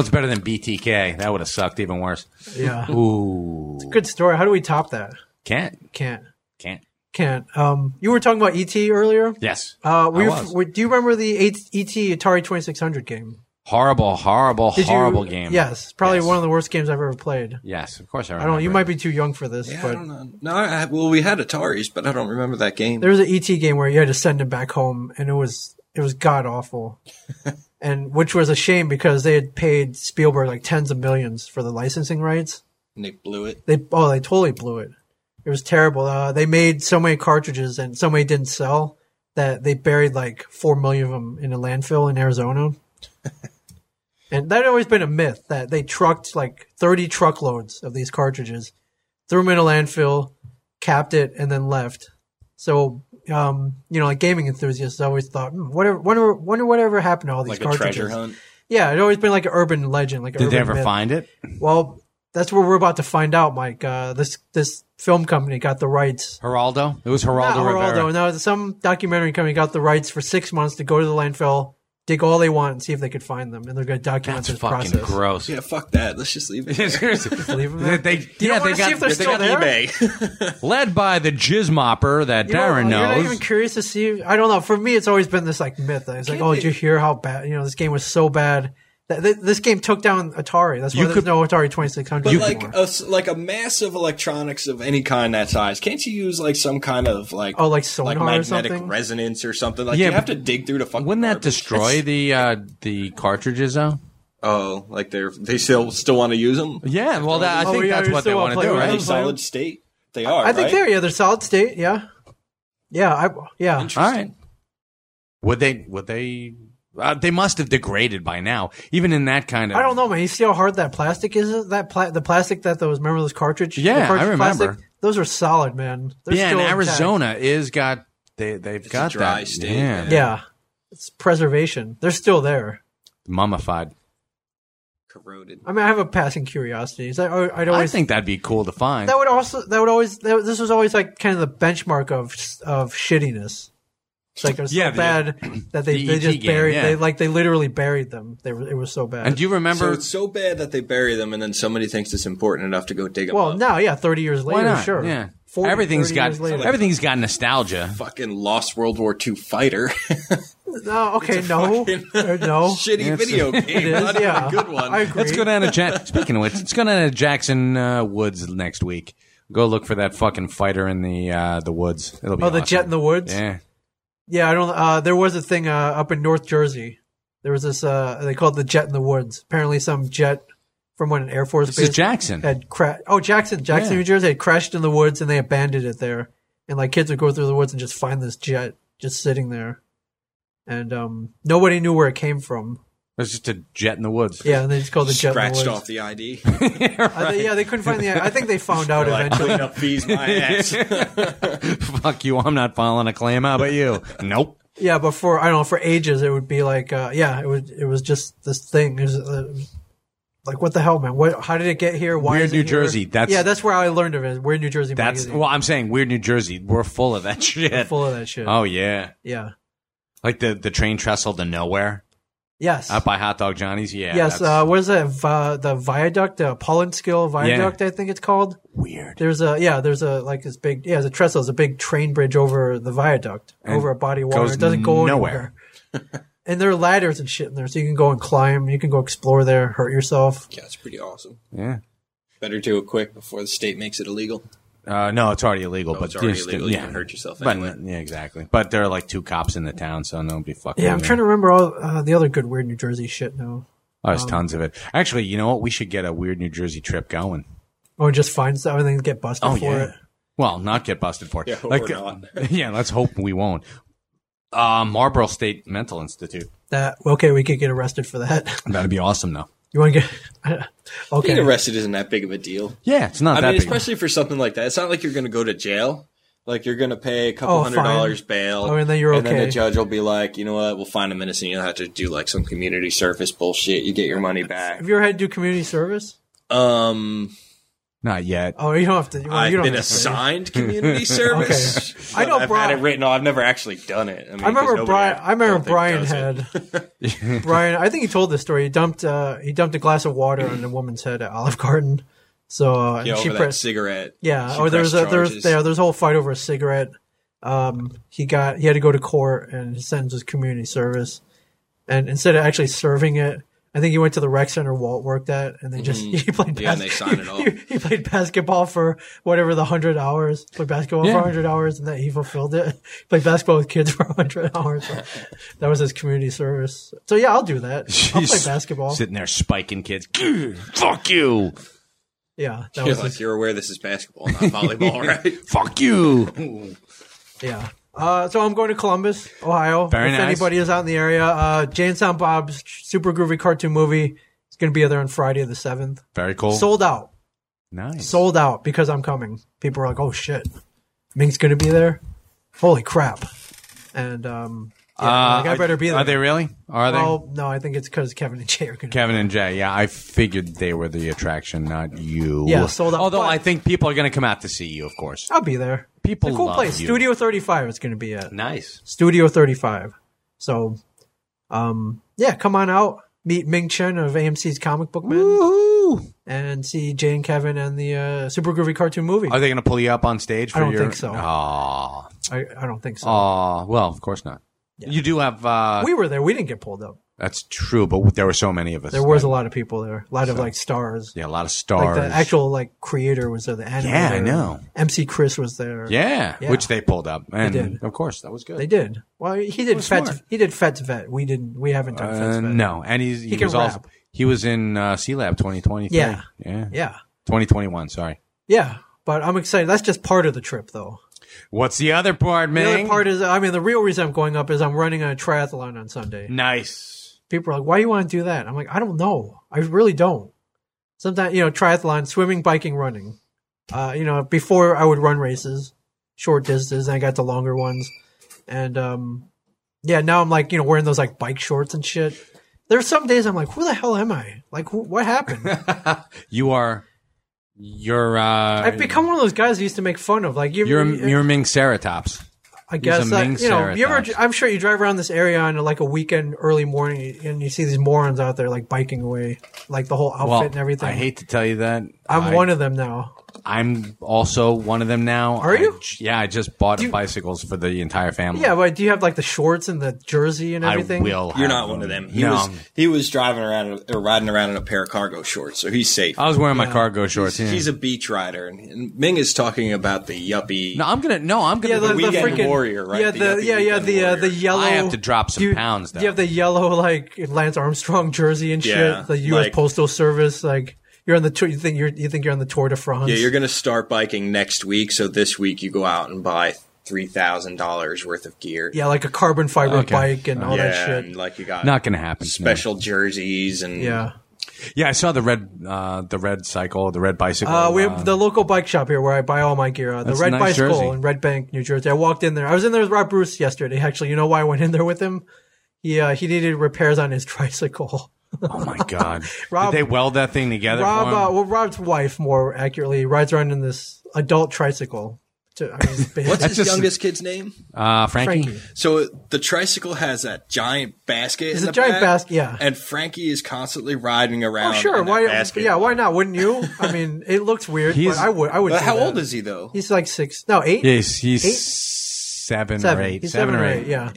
S2: it's better than BTK. That would have sucked even worse.
S1: yeah.
S2: Ooh,
S1: Good story. How do we top that?
S2: can't
S1: Can't.
S2: can't.
S1: Can't. Um, you were talking about ET earlier.
S2: Yes,
S1: Uh, we,
S2: I was.
S1: we do you remember the ET Atari Twenty Six Hundred game?
S2: horrible, horrible,
S1: Did you-
S2: horrible game.
S1: Yes, probably
S2: Yes.
S1: one of the worst games I've ever played.
S2: yes. Of course, I.
S1: I
S2: Remember
S1: don't. know. You
S2: it.
S1: might be too young for this,
S3: Yeah, I
S1: but
S3: don't know. No, I, well, we had Ataris, but I don't remember that game.
S1: there was an ET game where you had to send him back home, and it was it was god awful, and which was a shame because they had paid Spielberg like tens of millions for the licensing rights.
S3: and they blew it.
S1: They oh they totally blew it. It was terrible. Uh, they made so many cartridges and so many didn't sell that they buried like four million of them in a landfill in Arizona. and that had always been a myth that they trucked like thirty truckloads of these cartridges, threw them in a landfill, capped it, and then left. So um, you know, like gaming enthusiasts always thought, hmm, whatever, wonder, wonder whatever happened to all these
S3: Like a treasure
S1: cartridges.
S3: hunt.
S1: Yeah, it always been like an urban legend. Like an
S2: Did they
S1: urban
S2: ever
S1: myth.
S2: find it?
S1: Well, that's what we're about to find out, Mike. Uh, this this film company got the rights.
S2: Geraldo. It was Geraldo
S1: Not
S2: Rivera.
S1: Geraldo. No, some documentary company got the rights for six months to go to the landfill, dig all they want, and see if they could find them, and they're going to document this
S2: That's fucking
S1: process.
S2: gross.
S3: Yeah, fuck that. Let's just leave it.
S2: Seriously.
S1: Leave them
S2: They,
S1: there.
S2: they,
S1: You
S2: yeah,
S1: don't wanna see
S2: they got,
S1: if they're
S2: they
S1: still
S2: got
S1: there.
S3: eBay.
S2: led by the jizz mopper that
S1: You know, You're
S2: Darren
S1: not
S2: knows.
S1: even curious to see. I don't know. For me, it's always been this like myth. that It's like, oh, did you hear how bad? You know, this game was so bad. That, th- this game took down Atari. That's why
S2: You
S1: there's
S2: could-
S1: no Atari 2600
S3: But
S1: anymore.
S3: like a, s- like a massive electronics of any kind that size, can't you use like some kind of like
S1: Oh, like sonar or
S3: magnetic
S1: something?
S3: resonance or something? Like
S2: Yeah,
S3: you have
S2: but
S3: to dig through the fucking.
S2: Wouldn't that
S3: garbage.
S2: destroy the uh, the cartridges though?
S3: Oh, like they're they still still want to use them?
S2: Yeah, well, that, I
S1: Oh,
S2: think
S1: yeah,
S2: that's
S1: you
S2: what they
S1: still
S2: want to
S1: wanna
S2: do,
S1: play
S3: Are
S1: with
S3: they
S1: it.
S2: right?
S3: solid state? They are.
S1: I think
S3: right?
S1: they're yeah, they're solid state. Yeah, yeah. I yeah.
S2: All right. Would they? Would they? Uh, they must have degraded by now, even in that kind of.
S1: I don't know, man. You see how hard that plastic is? That pla- the plastic that those remember those cartridge?
S2: Yeah,
S1: the cartridge
S2: I remember.
S1: those are solid, man. They're
S2: Yeah, and
S1: still intact.
S2: Arizona is got they they've
S3: a
S2: got
S3: dry
S2: that yeah,
S3: state, yeah.
S1: Yeah, it's preservation. They're still there.
S2: mummified.
S3: corroded.
S1: I mean, I have a passing curiosity. So I, I'd
S2: I
S1: always
S2: think that'd be cool to find.
S1: that would also that would always that, this was always like kind of the benchmark of of shittiness. It's like it was
S2: Yeah,
S1: so
S2: the-
S1: bad that they,
S2: the
S1: they
S2: ET
S1: just
S2: game,
S1: buried
S2: yeah.
S1: they like they literally buried them. They were, it was so bad.
S2: and do you
S3: So
S2: remember?
S3: it's so bad that they bury them, and then somebody thinks it's important enough to go dig them
S1: well,
S3: up.
S1: now yeah, thirty years later,
S2: why not?
S1: sure,
S2: Yeah,
S1: 40,
S2: everything's
S1: 30
S2: got
S1: years later.
S2: everything's got nostalgia.
S3: Fucking lost World War II fighter.
S1: No, okay, no, Uh, no.
S3: Shitty
S2: It's-
S3: video game.
S1: is,
S3: not even
S1: yeah.
S3: a good one.
S1: I agree.
S2: Let's go down to Jack. Speaking of which, let's go down to Jackson uh, Woods next week. Go look for that fucking fighter in the uh, the woods. It'll be
S1: Oh, the
S2: awesome.
S1: jet in the woods.
S2: Yeah,
S1: Yeah, I don't. Uh, there was a thing uh, up in North Jersey. There was this. Uh, they called it the jet in the woods. Apparently, some jet from what an Air Force
S2: this
S1: base
S2: is Jackson.
S1: had crashed. Oh, Jackson, Jackson,
S2: Yeah.
S1: New Jersey, had crashed in the woods, and they abandoned it there. And like kids would go through the woods and just find this jet just sitting there, and um, nobody knew where it came from.
S2: It's just a jet in the woods.
S1: Yeah, and they just called it jet in the
S3: Scratched
S1: woods.
S3: off the ID.
S1: I think- yeah, they couldn't find the. I think they found out
S3: like
S1: eventually.
S3: clean up fees, my ass.
S2: Fuck you! I'm not filing a claim. How about you? Nope.
S1: Yeah, but for I don't know for ages it would be like uh, yeah it would it was just this thing. It was, uh, like what the hell, man? What? How did it get here? Why
S2: Weird
S1: is it
S2: New
S1: here?
S2: Jersey, that's-
S1: yeah, that's where I learned of it. Weird New Jersey.
S2: That's
S1: magazine.
S2: well. I'm saying weird New Jersey. We're full of that shit.
S1: full of that shit.
S2: Oh yeah,
S1: yeah.
S2: like the the train trestle to nowhere
S1: Yes.
S2: out by Hot Dog Johnny's. Yeah.
S1: yes.
S2: uh, that's
S1: Uh, what is that? Vi- the viaduct, the Pollenskill viaduct, I think it's called.
S2: weird.
S1: There's a yeah. There's a like this big yeah. There's a trestle. There's a big train bridge over the viaduct
S2: And
S1: over a body of water.
S2: goes
S1: it doesn't go
S2: nowhere.
S1: anywhere. and there are ladders and shit in there, so you can go and climb. You can go explore there, hurt yourself.
S3: yeah, it's pretty awesome.
S2: Yeah.
S3: Better do it quick before the state makes it illegal.
S2: Uh, no, it's already illegal.
S3: Oh,
S2: but
S3: it's already
S2: just-
S3: illegal.
S2: Yeah.
S3: You can hurt yourself
S2: But,
S3: anyway.
S2: yeah, exactly. But there are like two cops in the town, so no, be fucking.
S1: Yeah, I'm trying to remember all uh, the other good weird New Jersey shit now.
S2: Oh,
S1: um,
S2: there's tons of it. Actually, you know what? We should get a weird New Jersey trip going.
S1: Oh, and just find stuff and then get busted
S2: Oh
S1: for
S2: yeah.
S1: it.
S2: Well, not get busted for it.
S3: Yeah, hope
S2: Like,
S3: we're not.
S2: yeah, let's hope we won't. Uh, Marlboro State Mental Institute.
S1: That okay? We could get arrested for that.
S2: That'd be awesome, though.
S1: You want to get
S3: Being
S1: okay?
S3: arrested isn't that big of a deal.
S2: Yeah, it's not
S3: I
S2: that
S3: mean,
S2: big.
S3: especially for something like that. It's not like you're going to go to jail. Like you're going to pay a couple
S1: Oh,
S3: hundred
S1: fine.
S3: dollars bail,
S1: Oh, and then you're
S3: then
S1: okay.
S3: the judge will be like, you know what? We'll find him innocent. You'll have to do like some community service bullshit. You get your money back.
S1: Have you ever had to do community service?
S3: Um,
S2: not yet.
S1: Oh, you don't have to. You,
S3: I've
S1: you don't
S3: been
S1: have to say.
S3: assigned community service.
S1: I know
S3: I've
S1: Brian-
S3: had it written. No, I've never actually done it. I, mean,
S1: I remember
S3: 'cause
S1: Brian.
S3: nobody
S1: I remember
S3: don't think
S1: Brian
S3: does it.
S1: had Brian. I think he told this story. He dumped uh, he dumped a glass of water on a woman's head at Olive Garden. So uh,
S3: yeah,
S1: and she
S3: over that
S1: pressed.
S3: cigarette.
S1: Yeah,
S3: She
S1: or there was a
S3: pressed
S1: there was,
S3: charges.
S1: yeah, there was a whole fight over a cigarette. Um, he got he had to go to court, and his sentence was community service. And instead of actually serving it, I think he went to the rec center. Walt worked at, and they just he played.
S3: Mm-hmm. Yeah, and they signed it
S1: he-
S3: all.
S1: He, he played basketball for whatever the hundred hours. Played basketball for
S2: Yeah.
S1: for hundred hours, and that he fulfilled it. played basketball with kids for hundred hours. that was his community service. So yeah, I'll do that. I'll play
S2: Jeez.
S1: basketball.
S2: Sitting there spiking kids. Fuck you.
S1: yeah, that
S3: You're
S1: was
S3: like,
S1: his,
S3: you're aware this is basketball, not volleyball, right?
S2: Fuck you.
S1: Yeah. Uh, so I'm going to Columbus, Ohio.
S2: Very
S1: if
S2: nice.
S1: anybody is out in the area, uh, Jane Sound Bob's super groovy cartoon movie is going to be there on Friday the 7th.
S2: Very cool.
S1: Sold out.
S2: nice.
S1: Sold out because I'm coming. People are like, oh shit. Mink's going to be there? Holy crap. And um, yeah, like, I
S2: Uh, are-
S1: better be there.
S2: Are they really? Are they?
S1: Oh, no, I think it's because Kevin and Jay are going to
S2: Kevin and Jay. Yeah, I figured they were the attraction, not you.
S1: Yeah, sold out.
S2: Although
S1: But-
S2: I think people are going to come out to see you, of course.
S1: I'll be there.
S2: People
S1: It's a cool
S2: love
S1: place.
S2: you.
S1: Studio 35 is going to be at.
S2: Nice.
S1: Studio 35. So, um, yeah, come on out. Meet Ming Chen of AMC's Comic Book Man.
S2: Woohoo!
S1: and see Jay and Kevin and the uh, super groovy cartoon movie.
S2: Are they going to pull you up on stage? For
S1: I don't
S2: your...
S1: think so.
S2: Aw.
S1: I, I don't think
S2: Uh,
S1: so.
S2: Aw. Well, of course not. You do have. Uh,
S1: we were there. We didn't get pulled up.
S2: that's true, but there were so many of us.
S1: There was a
S2: that-
S1: lot of people there. A lot of like stars.
S2: Yeah, a lot of
S1: Like
S2: stars.
S1: the actual like creator was there. The animator.
S2: Yeah, I know.
S1: MC Chris was there.
S2: yeah,
S1: Yeah.
S2: which they pulled up, and
S1: did.
S2: of course that was good.
S1: they did. Well, he did. Fet's,
S2: smart.
S1: he did Fet's Vet. We didn't. We haven't done Fet's
S2: Uh,
S1: Vet.
S2: no, and he's, he,
S1: can
S2: was also
S1: rap.
S2: he was in uh, C Lab 2023.
S1: Yeah.
S2: yeah,
S1: Yeah,
S2: 2021. Sorry.
S1: yeah. But I'm excited. That's just part of the trip, though.
S2: What's the other part, man?
S1: The other part is, I mean, the real reason I'm going up is I'm running a triathlon on Sunday.
S2: nice.
S1: people are like, why do you want to do that? I'm like, I don't know. I really don't. Sometimes, you know, triathlon, swimming, biking, running. Uh, you know, before I would run races, short distances, and I got the longer ones. And um, yeah, now I'm like, you know, wearing those like bike shorts and shit. There's some days I'm like, who the hell am I? Like, who, what happened?
S2: You are you're uh,
S1: I've become one of those guys who used to make fun of. Like, you,
S2: you're you're Ming Ceratops.
S1: I guess
S2: a
S1: I,
S2: Ming
S1: you know, you ever,
S2: Ceratops.
S1: I'm sure you drive around this area on like a weekend, early morning, and you see these morons out there like biking away, like the whole outfit
S2: Well,
S1: and everything.
S2: I hate to tell you that
S1: I'm
S2: I-
S1: one of them now.
S2: I'm also one of them now.
S1: Are
S2: I
S1: you?
S2: j- yeah, I just bought
S1: you-
S2: bicycles for the entire family.
S1: Yeah, but do you have like the shorts and the jersey and
S2: I
S1: everything?
S2: will.
S3: You're
S2: have
S3: not one of them. He
S2: no,
S3: was he was driving around or riding around in a pair of cargo shorts, so he's safe.
S2: I
S1: Oh,
S2: was wearing my cargo shorts. yeah.
S3: He's a beach rider, and, and Ming is talking about the yuppie.
S2: no, I'm gonna. No, I'm gonna.
S1: Yeah, the, the
S3: Weekend
S1: freaking
S3: Warrior, right?
S1: Yeah,
S3: The
S1: the,
S3: yuppie
S1: yeah, yeah,
S3: Weekend
S1: the uh,
S3: Warrior.
S1: the yellow.
S2: I have to drop some
S1: Do you-
S2: pounds,
S1: Do you have the yellow like Lance Armstrong jersey and shit?
S3: Yeah,
S1: the U.S.
S3: like-
S1: Postal Service, like you're on the tour, you think you're you think you're on the Tour de France?
S3: yeah, you're going to start biking next week, so this week you go out and buy three thousand dollars worth of gear.
S1: Yeah, like a carbon fiber
S2: Okay.
S1: bike and all that
S3: Yeah,
S1: shit.
S3: and like you got
S2: not gonna happen. no.
S3: special jerseys and
S1: yeah.
S2: Yeah, I saw the red, uh, the red cycle, the red bicycle.
S1: Uh, we have the local bike shop here where I buy all my gear. Uh, the
S2: That's a
S1: Red
S2: nice
S1: Bicycle
S2: jersey.
S1: in Red Bank, New Jersey. I walked in there. I was in there with Rob Bruce yesterday. Actually, you know why I went in there with him? He uh, he needed repairs on his tricycle.
S2: oh my god!
S1: Rob-
S2: Did they weld that thing together?
S1: Rob,
S2: for him?
S1: uh, well, Rob's wife, more accurately, rides around in this adult tricycle. To, I mean, it's big.
S3: What's his
S2: just-
S3: youngest kid's name?
S2: Uh, Frankie.
S1: Frankie?
S3: So the tricycle has that giant basket.
S1: It's
S3: in
S1: a
S3: the
S1: giant
S3: back,
S1: basket, yeah.
S3: And Frankie is constantly riding around.
S1: Oh, sure.
S3: in that
S1: Why?
S3: basket.
S1: Yeah, why not? Wouldn't you? I mean, it looks weird,
S2: He's-
S1: but I would. I would.
S3: But
S1: do
S3: how
S1: that.
S3: old is he though?
S1: He's like six. No, eight.
S2: Yeah, he's, he's
S1: Eight?
S2: seven,
S1: seven.
S2: or eight,
S1: He's
S2: seven, or eight.
S1: Yeah.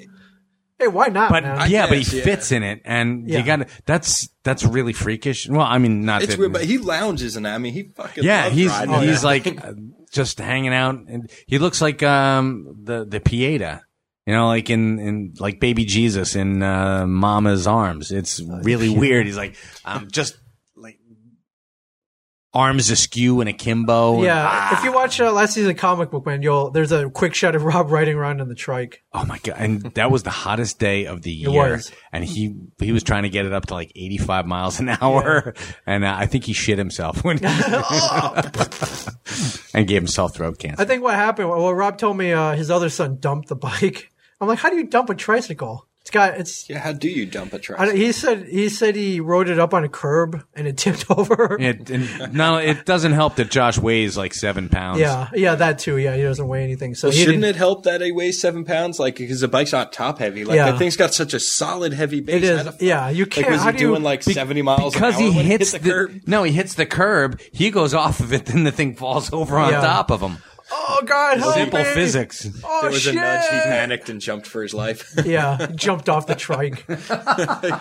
S1: Hey, why not?
S2: But
S1: man?
S2: yeah, but
S3: guess,
S2: he
S3: yeah.
S2: fits in it, and
S1: Yeah.
S2: you got to that's that's really freakish. Well, I mean, not
S3: It's
S2: that,
S3: weird, but he lounges and I mean he fucking
S2: yeah,
S3: loves
S2: he's
S3: riding Oh,
S2: he's
S3: around.
S2: like uh, just hanging out, and he looks like um the the Pieta, you know, like in in like baby Jesus in uh,
S1: Oh,
S2: Mama's arms. It's really weird. He's like, I'm just like arms askew and akimbo.
S1: Yeah, if you watch uh, last season comic book man, you'll there's a quick shot of Rob riding around in the trike.
S2: Oh my god! And that was the hottest day of the year,
S1: was.
S2: and he he was trying to get it up to like eighty five miles an hour, and uh, I think he shit himself when and gave himself throat cancer.
S1: I think what happened. Well, Rob told me uh, his other son dumped the bike. I'm like, how do you dump a tricycle? It's got it's.
S3: Yeah, how do you dump a
S1: I
S3: truck?
S1: don't- he said he said he rode it up on a curb and it tipped over. Yeah,
S2: It, and no, it doesn't help that Josh weighs like seven pounds.
S1: yeah, that too. Yeah, he doesn't weigh anything, so he
S3: Shouldn't
S1: didn't-
S3: it help that it weighs seven pounds? Like, because the bike's not top heavy. Like,
S1: Yeah.
S3: that thing's got such a solid heavy base.
S1: It
S3: How
S1: is.
S3: the fuck-
S1: Yeah, you
S3: Like,
S1: can't.
S3: was
S1: how
S3: he
S1: do you-
S3: doing like 70 miles
S2: Because
S3: an hour
S2: he
S3: when
S2: hits
S3: hit
S2: the,
S3: the, curb?
S2: no, he hits the curb. He goes off of it, then the thing falls over on
S1: Yeah.
S2: top of him.
S1: Oh God, help
S2: Simple
S1: me.
S2: physics.
S1: Oh
S3: There was
S1: shit.
S3: a nudge. He panicked and jumped for his life.
S1: yeah, he jumped off the trike.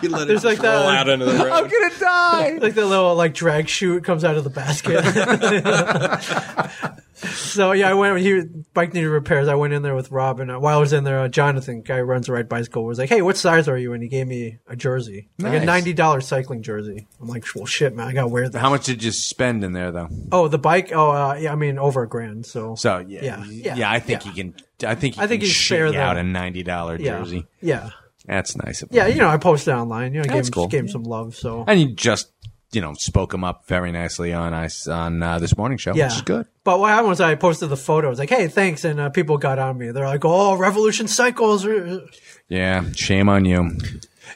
S3: he let
S1: There's
S3: it
S1: like
S3: roll
S1: that-
S3: out into the road.
S2: gonna die.
S1: like the little like drag chute comes out of the basket. so yeah, I went. He bike needed repairs. I went in there with Rob, and uh, while I was in there, uh, Jonathan, guy who runs the ride bicycle, was like, "Hey, what size are you?" And he gave me a jersey, like
S2: Nice.
S1: a ninety dollars cycling jersey. I'm like, "Well, shit, man, I gotta wear that."
S2: How much did you spend in there though?
S1: Oh, the bike. Oh, uh, yeah, I mean, over a grand. So,
S2: So yeah,
S1: Yeah,
S2: yeah,
S1: yeah,
S2: I think you can. I think you
S1: I think
S2: can
S1: he's
S2: shit
S1: fair,
S2: you out
S1: though.
S2: a ninety dollar
S1: yeah,
S2: jersey.
S1: yeah,
S2: That's nice. Of
S1: yeah.
S2: him.
S1: You know, I posted online. You know, I gave
S2: That's
S1: him,
S2: cool.
S1: gave him some love. So
S2: and you just you know spoke him up very nicely on ice on uh, this morning show,
S1: Yeah.
S2: which is good.
S1: But what happened was I posted the photos like, "Hey, thanks," and uh, people got on me. They're like, "Oh, Revolution Cycles." uh,
S2: Yeah, shame on you.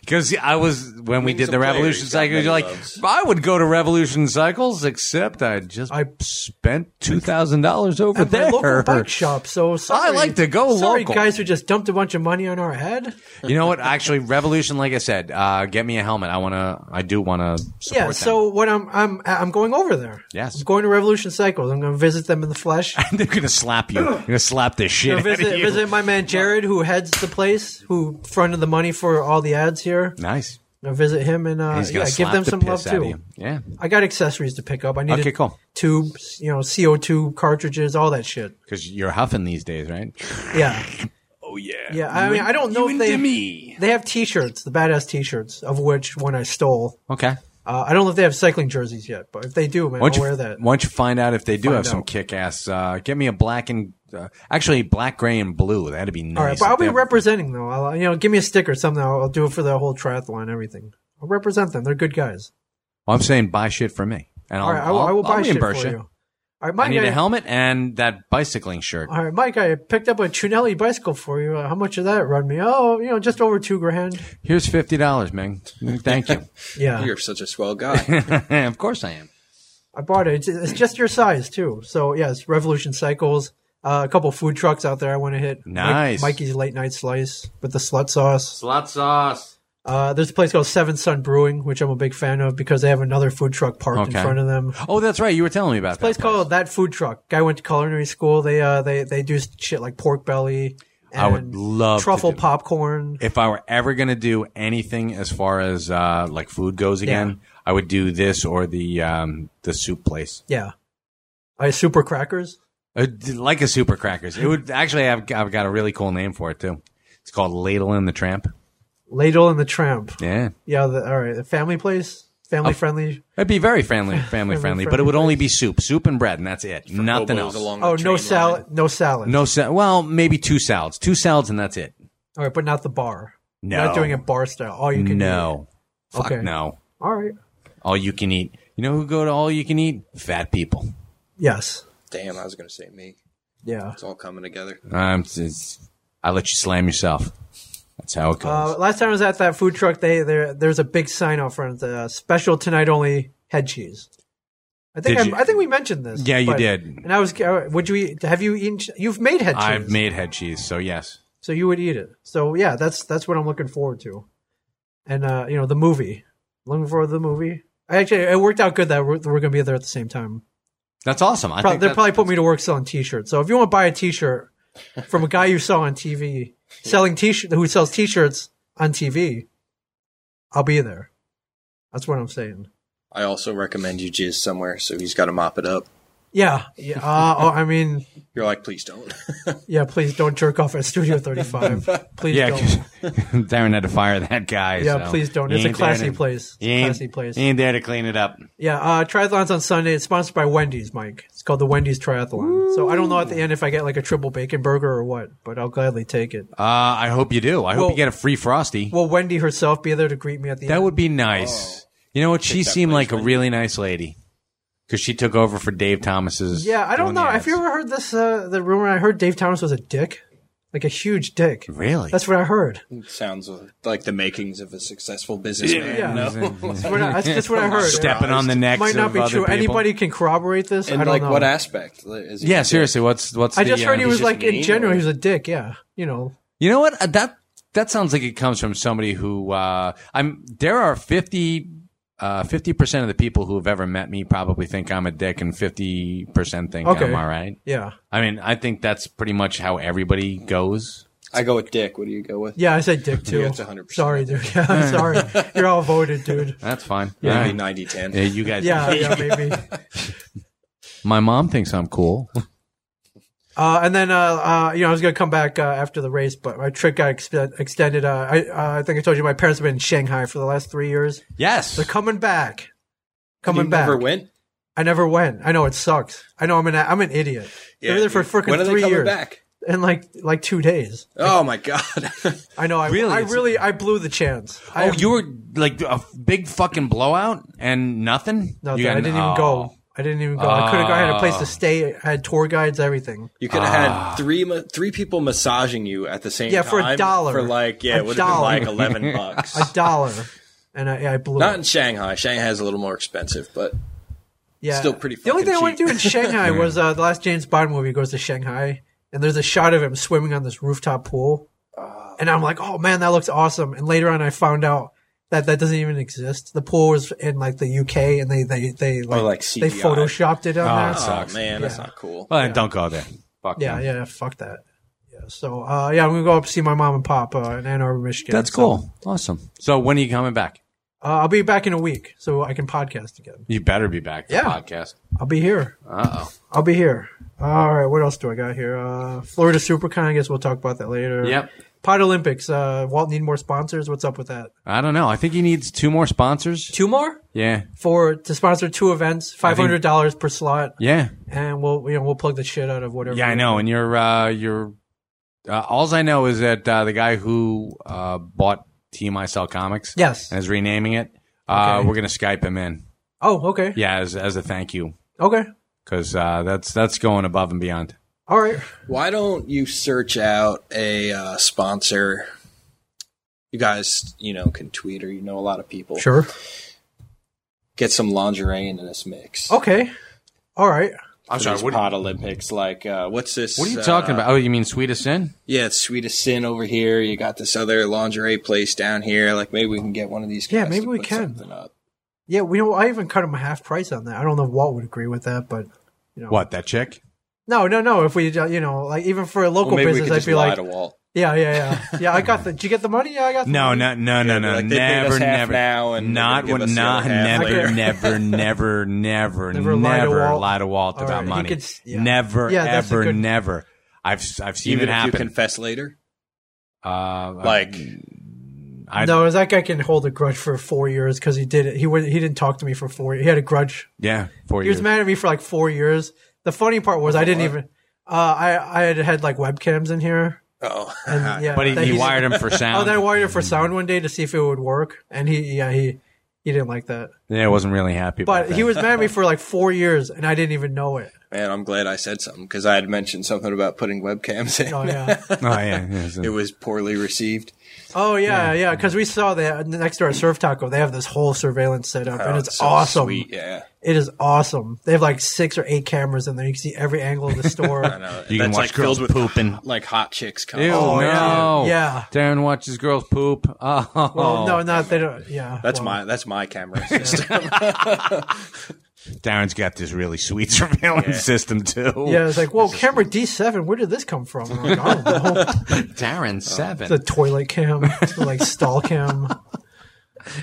S2: Because I was when we
S3: Wings
S2: did
S3: of
S2: the
S3: Players
S2: Revolution
S3: got
S2: Cycles,
S3: many
S2: you're like,
S3: loves.
S2: I would go to Revolution Cycles, except I just I
S1: I-
S2: spent two thousand dollars over
S1: at my
S2: there.
S1: local bike shop. So sorry.
S2: I like to go
S1: sorry,
S2: local.
S1: guys who just dumped a bunch of money on our head.
S2: You know what? Actually, Revolution, like I said, uh, get me a helmet. I wanna, I do wanna. Support
S1: Yeah.
S2: them.
S1: So what I'm I'm I'm going over there.
S2: Yes.
S1: I'm going to Revolution Cycles. I'm going to visit them in the flesh. I'm
S2: they're gonna slap you. They're gonna slap this shit
S1: gonna
S2: out of
S1: visit
S2: you.
S1: visit my man Jared who heads the place who fronted the money for all the ads here.
S2: Nice.
S1: I'm gonna visit him and uh,
S2: He's
S1: yeah,
S2: gonna slap
S1: give them
S2: the
S1: some love
S2: piss out of
S1: too.
S2: you. Yeah.
S1: I got accessories to pick up. I need
S2: Okay, cool.
S1: tubes, you know, CO2 cartridges, all that shit.
S2: Because you're huffing these days, right?
S1: Yeah.
S2: Oh yeah.
S1: Yeah, I mean, I don't know if they
S2: me.
S1: they have T-shirts, the badass T-shirts, of which one I stole.
S2: Okay.
S1: Uh, I don't know if they have cycling jerseys yet, but if they do, man,
S2: Why don't
S1: I'll
S2: you
S1: wear that.
S2: Why don't you find out if they do
S1: Find
S2: have some
S1: out.
S2: kick ass? Uh, get me a black and uh, actually black, gray, and blue. That'd be nice.
S1: All right, but I'll
S2: if they
S1: be
S2: have-
S1: representing though. I'll, you know, give me a sticker, or something. I'll, I'll do it for the whole triathlon, everything. I'll represent them. They're good guys.
S2: Well, I'm saying buy shit for me, and I'll,
S1: All right, I will, I will
S2: I'll- I'll
S1: buy shit for
S2: reimburse
S1: you.
S2: you.
S1: All right,
S2: I
S1: Mike.
S2: need
S1: I,
S2: a helmet and that bicycling shirt.
S1: all right, Mike. I picked up a Trinelli bicycle for you. Uh, how much did that run me? Oh, you know, just over two grand.
S2: Here's fifty dollars, man. Thank you.
S1: Yeah,
S3: You're such a swell guy.
S2: of course I am.
S1: I bought it. It's, it's just your size too. So yes, Revolution Cycles. Uh, a couple food trucks out there. I want to hit. Mike-
S2: Nice.
S1: Mikey's late night slice with the slut sauce.
S2: Slut sauce.
S1: Uh, there's a place called Seven Sun Brewing, which I'm a big fan of because they have another food truck parked
S2: Okay.
S1: in front of them.
S2: Oh, that's right. You were telling me about
S1: place
S2: that
S1: called that food truck. Guy went to culinary school. They uh they they do shit like pork belly. And
S2: I would love to
S1: truffle
S2: do-
S1: popcorn.
S2: if I were ever going to do anything as far as uh, like food goes again, I would do this or the um, the soup place.
S1: Yeah, I super crackers.
S2: Uh, d- like a super crackers. It would actually. I've, I've got a really cool name for it too. It's called Ladle and the Tramp.
S1: Ladle and the Tramp.
S2: Yeah,
S1: Yeah, the, all right, the family place, family friendly.
S2: it'd be very family family friendly, but it would only be soup, soup and bread, and that's it. Nothing
S3: Hobos
S2: else.
S3: along the
S1: Oh, no
S3: train
S1: salad, no salad.
S2: No sa- Well, maybe two salads, two salads, and that's it.
S1: All right, but not the bar.
S2: No,
S1: You're Not doing it bar style. All you can eat.
S2: No, fuck
S1: Okay.
S2: no.
S1: All right.
S2: All you can eat. You know who go to all you can eat? Fat people.
S1: Yes.
S3: line. Damn, I was going to say me.
S1: Yeah.
S3: It's all coming together.
S2: Um, it's- I let you slam yourself. That's how it goes.
S1: Uh, last time I was at that food truck, they there there's a big sign out front. Uh, special tonight only head cheese. I think
S2: Did
S1: I'm-
S2: you-
S1: I think we mentioned this.
S2: Yeah, you did.
S1: And I was, uh, would you eat? Have you eaten? You've made head cheese.
S2: I've made head cheese, so yes.
S1: so you would eat it. So yeah, that's that's what I'm looking forward to. And uh, you know the movie. Looking forward to the movie. I actually, it worked out good that we're, we're going to be there at the same time.
S2: That's awesome. I
S1: Pro-
S2: think
S1: they
S2: that-
S1: probably put me to work selling T-shirts. So if you want to buy a T-shirt from a guy you saw on TV selling T-shirt who sells T-shirts on TV, I'll be there. That's what I'm saying.
S3: I also recommend you jizz somewhere so he's got to mop it up.
S1: Yeah. Yeah. Uh, oh, I mean,
S3: You're like, please don't.
S1: yeah. Please don't jerk off at Studio 35. Please
S2: Yeah,
S1: don't.
S2: 'cause Darren had to fire that guy.
S1: Yeah,
S2: so
S1: please don't.
S2: he
S1: It's a
S2: ain't there
S1: classy
S2: to-
S1: place. It's a
S2: he ain't-
S1: classy place.
S2: He ain't there to clean it up.
S1: Yeah, uh, triathlons on Sunday. It's sponsored by Wendy's, Mike. It's called the Wendy's Triathlon. So I don't know at the end if I get like a triple bacon burger or what, but I'll gladly take it.
S2: Uh, I hope you do. I hope
S1: Well-
S2: you get a free frosty.
S1: Will Wendy herself be there to greet me at the
S2: that
S1: end?
S2: would be
S1: Oh.
S2: nice. You know what? She
S3: that
S2: seemed like a
S3: placement.
S2: really nice lady because she took over for Dave Thomas's.
S1: yeah, I don't
S2: doing the
S1: know. Have you
S2: ads.
S1: ever heard this? Uh, the rumor I heard Dave Thomas was a dick, like a huge dick.
S2: really?
S1: That's what I heard.
S3: Sounds like the makings of a successful businessman.
S1: Yeah.
S3: no?
S1: That's what I, that's just what I heard.
S2: Stepping on the
S3: Surprised.
S1: It
S2: necks.
S1: might not
S2: of
S1: be
S2: other
S1: true.
S2: people.
S1: Anybody can corroborate this. I
S3: And
S1: don't
S3: like
S1: know.
S3: what aspect? Is he
S2: Yeah,
S3: just-
S2: seriously. What's what's?
S1: I
S2: the,
S1: just
S2: uh,
S1: heard he
S3: he's
S1: was
S3: just
S1: like in
S3: mean,
S1: general
S3: or-
S1: he was a dick. Yeah, you know.
S2: You know what? Uh, That that sounds like it comes from somebody who uh, I'm. There are fifty. uh, Fifty percent of the people who have ever met me probably think I'm a dick, and fifty percent think
S1: Okay.
S2: I'm all right.
S1: Yeah,
S2: I mean, I think that's pretty much how everybody goes.
S3: I go with Dick. What do you go with?
S1: yeah. I said dick too.
S3: Yeah, it's 100%.
S1: Sorry, dude. Yeah, I'm sorry. You're all voted, dude.
S2: That's fine.
S3: Yeah.
S2: All right.
S3: 90 10.
S2: Yeah, you guys.
S1: Yeah, yeah, maybe.
S2: My mom thinks I'm cool.
S1: Oh, Uh, and then, uh, uh, you know, I was going to come back uh, after the race, but my trip got expe- extended. Uh, I, uh, I think I told you my parents have been in Shanghai for the last three years.
S2: yes.
S1: They're coming back.
S3: You
S1: Coming back.
S3: Never win.
S1: I never went. I know it sucks. I know I'm an I'm an idiot. They're there for
S3: freaking
S1: freaking
S3: When are they
S1: three
S3: coming
S1: years
S3: back?
S1: in like like two days.
S3: Oh my god!
S1: I know. I
S2: Really?
S1: really, I
S2: It's-
S1: really, I blew the chance. I
S2: Oh, you were like a big fucking blowout and nothing.
S1: no,
S2: you
S1: I
S2: got-
S1: didn't even
S2: oh.
S1: go. I didn't even go. I couldn't go. I had a place to stay. I had tour guides, everything.
S3: you could have had three ma- three people massaging you at the same
S1: Ah. Yeah,
S3: time.
S1: for a dollar.
S3: For like yeah,
S1: A
S3: it would have been
S1: dollar.
S3: like eleven bucks.
S1: A dollar, and I, I blew.
S3: Not
S1: it.
S3: in Shanghai. Shanghai's a little more expensive, but
S1: Yeah.
S3: Still pretty
S1: The only
S3: fucking
S1: thing I want to
S3: cheap.
S1: do in Shanghai was uh, the last James Bond movie goes to Shanghai, and there's a shot of him swimming on this rooftop pool, and I'm like, oh man, that looks awesome. And later on, I found out that that doesn't even exist. The pool was in like the UK, and they they they like,
S3: Oh, like
S1: they
S3: CGI.
S1: photoshopped it on
S2: Oh,
S1: there.
S2: that
S3: oh
S2: sucks.
S3: man, that's
S1: Yeah.
S3: not cool.
S2: Well, then don't go there. Fuck
S1: Yeah,
S2: them.
S1: yeah, fuck that. Yeah, so uh, yeah, I'm gonna go up see my mom and pop uh, in Ann Arbor, Michigan.
S2: That's
S1: So,
S2: cool. Awesome. So when are you coming back?
S1: uh, I'll be back in a week, so I can podcast again.
S2: You better be back for
S1: Yeah.
S2: the podcast.
S1: I'll be here.
S2: Uh oh.
S1: I'll be here. All right, what else do I got here? Uh, Florida SuperCon. I guess we'll talk about that later.
S2: Yep.
S1: Pod Olympics. Uh, Walt need more sponsors. What's up with that?
S2: I don't know. I think he needs two more sponsors.
S1: Two more
S2: Yeah.
S1: for to sponsor two events, five hundred dollars per slot,
S2: Yeah.
S1: and we'll you know we'll plug the shit out of whatever.
S2: Yeah, I know. And you're, uh, you're, uh, alls I know is that, uh, the guy who, uh, bought TMI Cell Comics
S1: Yes.
S2: and is renaming it, uh,
S1: Okay.
S2: we're going to Skype him in.
S1: Oh, okay.
S2: Yeah. As, as a thank you.
S1: Okay.
S2: Cause, uh, that's, that's going above and beyond.
S1: All right.
S3: Why don't you search out a uh, sponsor? You guys, you know, can tweet or you know a lot of people.
S1: Sure.
S3: Get some lingerie into this mix.
S1: Okay. All right.
S2: I'm
S3: for these
S2: What,
S3: Pod Olympics, like uh, what's this?
S2: what are you
S3: uh,
S2: talking about? Oh, you mean Sweetest Sin?
S3: Yeah, it's Sweet as Sin over here. You got this other lingerie place down here. Like maybe we can get one of these.
S1: Yeah,
S3: guys
S1: maybe
S3: to
S1: we
S3: put
S1: can.
S3: something up.
S1: Yeah, we know. I even cut him a half price on that. I don't know if Walt would agree with that, but you know.
S2: What, that chick?
S1: No, no, no. If we, uh, you know, like even for a local
S3: Well, maybe we
S1: business,
S3: could
S1: I'd
S3: just
S1: be
S3: lie
S1: like,
S3: to Walt.
S1: yeah, yeah, yeah, yeah. I got the. Did you get the money? Yeah, I got. The
S2: No,
S1: money.
S2: no, no, no, no,
S3: like, they paid
S2: never,
S3: us half
S2: never,
S3: now and
S2: not,
S3: they're gonna give
S2: when-
S3: us the
S2: not,
S3: other half
S2: never,
S1: later.
S2: never, never, never,
S1: Never
S2: never,
S1: lie to Walt.
S2: lie to Walt
S1: All
S2: about
S1: right, he
S2: money.
S1: could s- yeah.
S2: Never,
S1: Yeah, that's a
S2: ever,
S1: good-
S2: never. I've, s- I've seen
S3: Even
S2: it
S3: if you
S2: happen.
S3: confess later,
S2: uh,
S3: like
S2: I,
S1: no, that guy can hold a grudge for four years because he did it. He would, he didn't talk to me for four. He had a grudge.
S2: yeah, four
S1: He was
S2: years.
S1: mad at me for like four years. The funny part was I didn't even. Uh, I I had had like webcams in here.
S3: oh,
S1: And, yeah,
S2: but he,
S1: that
S2: he
S1: he's-
S2: wired him for
S1: Oh,
S2: sound.
S1: then I wired it for sound one day to see if it would work, and he yeah he he didn't like that.
S2: yeah, I wasn't really happy. about
S1: But
S2: that.
S1: he was mad at me for like four years, and I didn't even know it.
S3: man, I'm glad I said something because I had mentioned something about putting webcams in.
S1: Oh yeah.
S2: Oh yeah, yeah,
S3: It
S2: so-
S3: was poorly received.
S1: Oh yeah, yeah. Because we saw that next to our surf taco, they have this whole surveillance set up, and
S3: Oh,
S1: it's, awesome.
S3: Sweet, yeah.
S1: It is awesome. They have like six or eight cameras in there. You can see every angle of the store.
S3: I know.
S2: you can
S3: That's
S2: watch
S3: like
S2: girls
S3: filled with
S2: pooping.
S3: like hot chicks. Come
S2: Ew,
S1: Oh, yeah.
S2: no.
S1: Yeah.
S2: Darren watches girls poop. Oh,
S1: well, no, not they don't. Yeah,
S3: That's
S1: well,
S3: my that's my camera. system.
S2: Darren's got this really sweet surveillance system too.
S1: Yeah, it's like, whoa, camera D seven. Where did this come from? I'm like, I don't know. Oh.
S2: Darren seven.
S1: the toilet cam, the, like stall cam.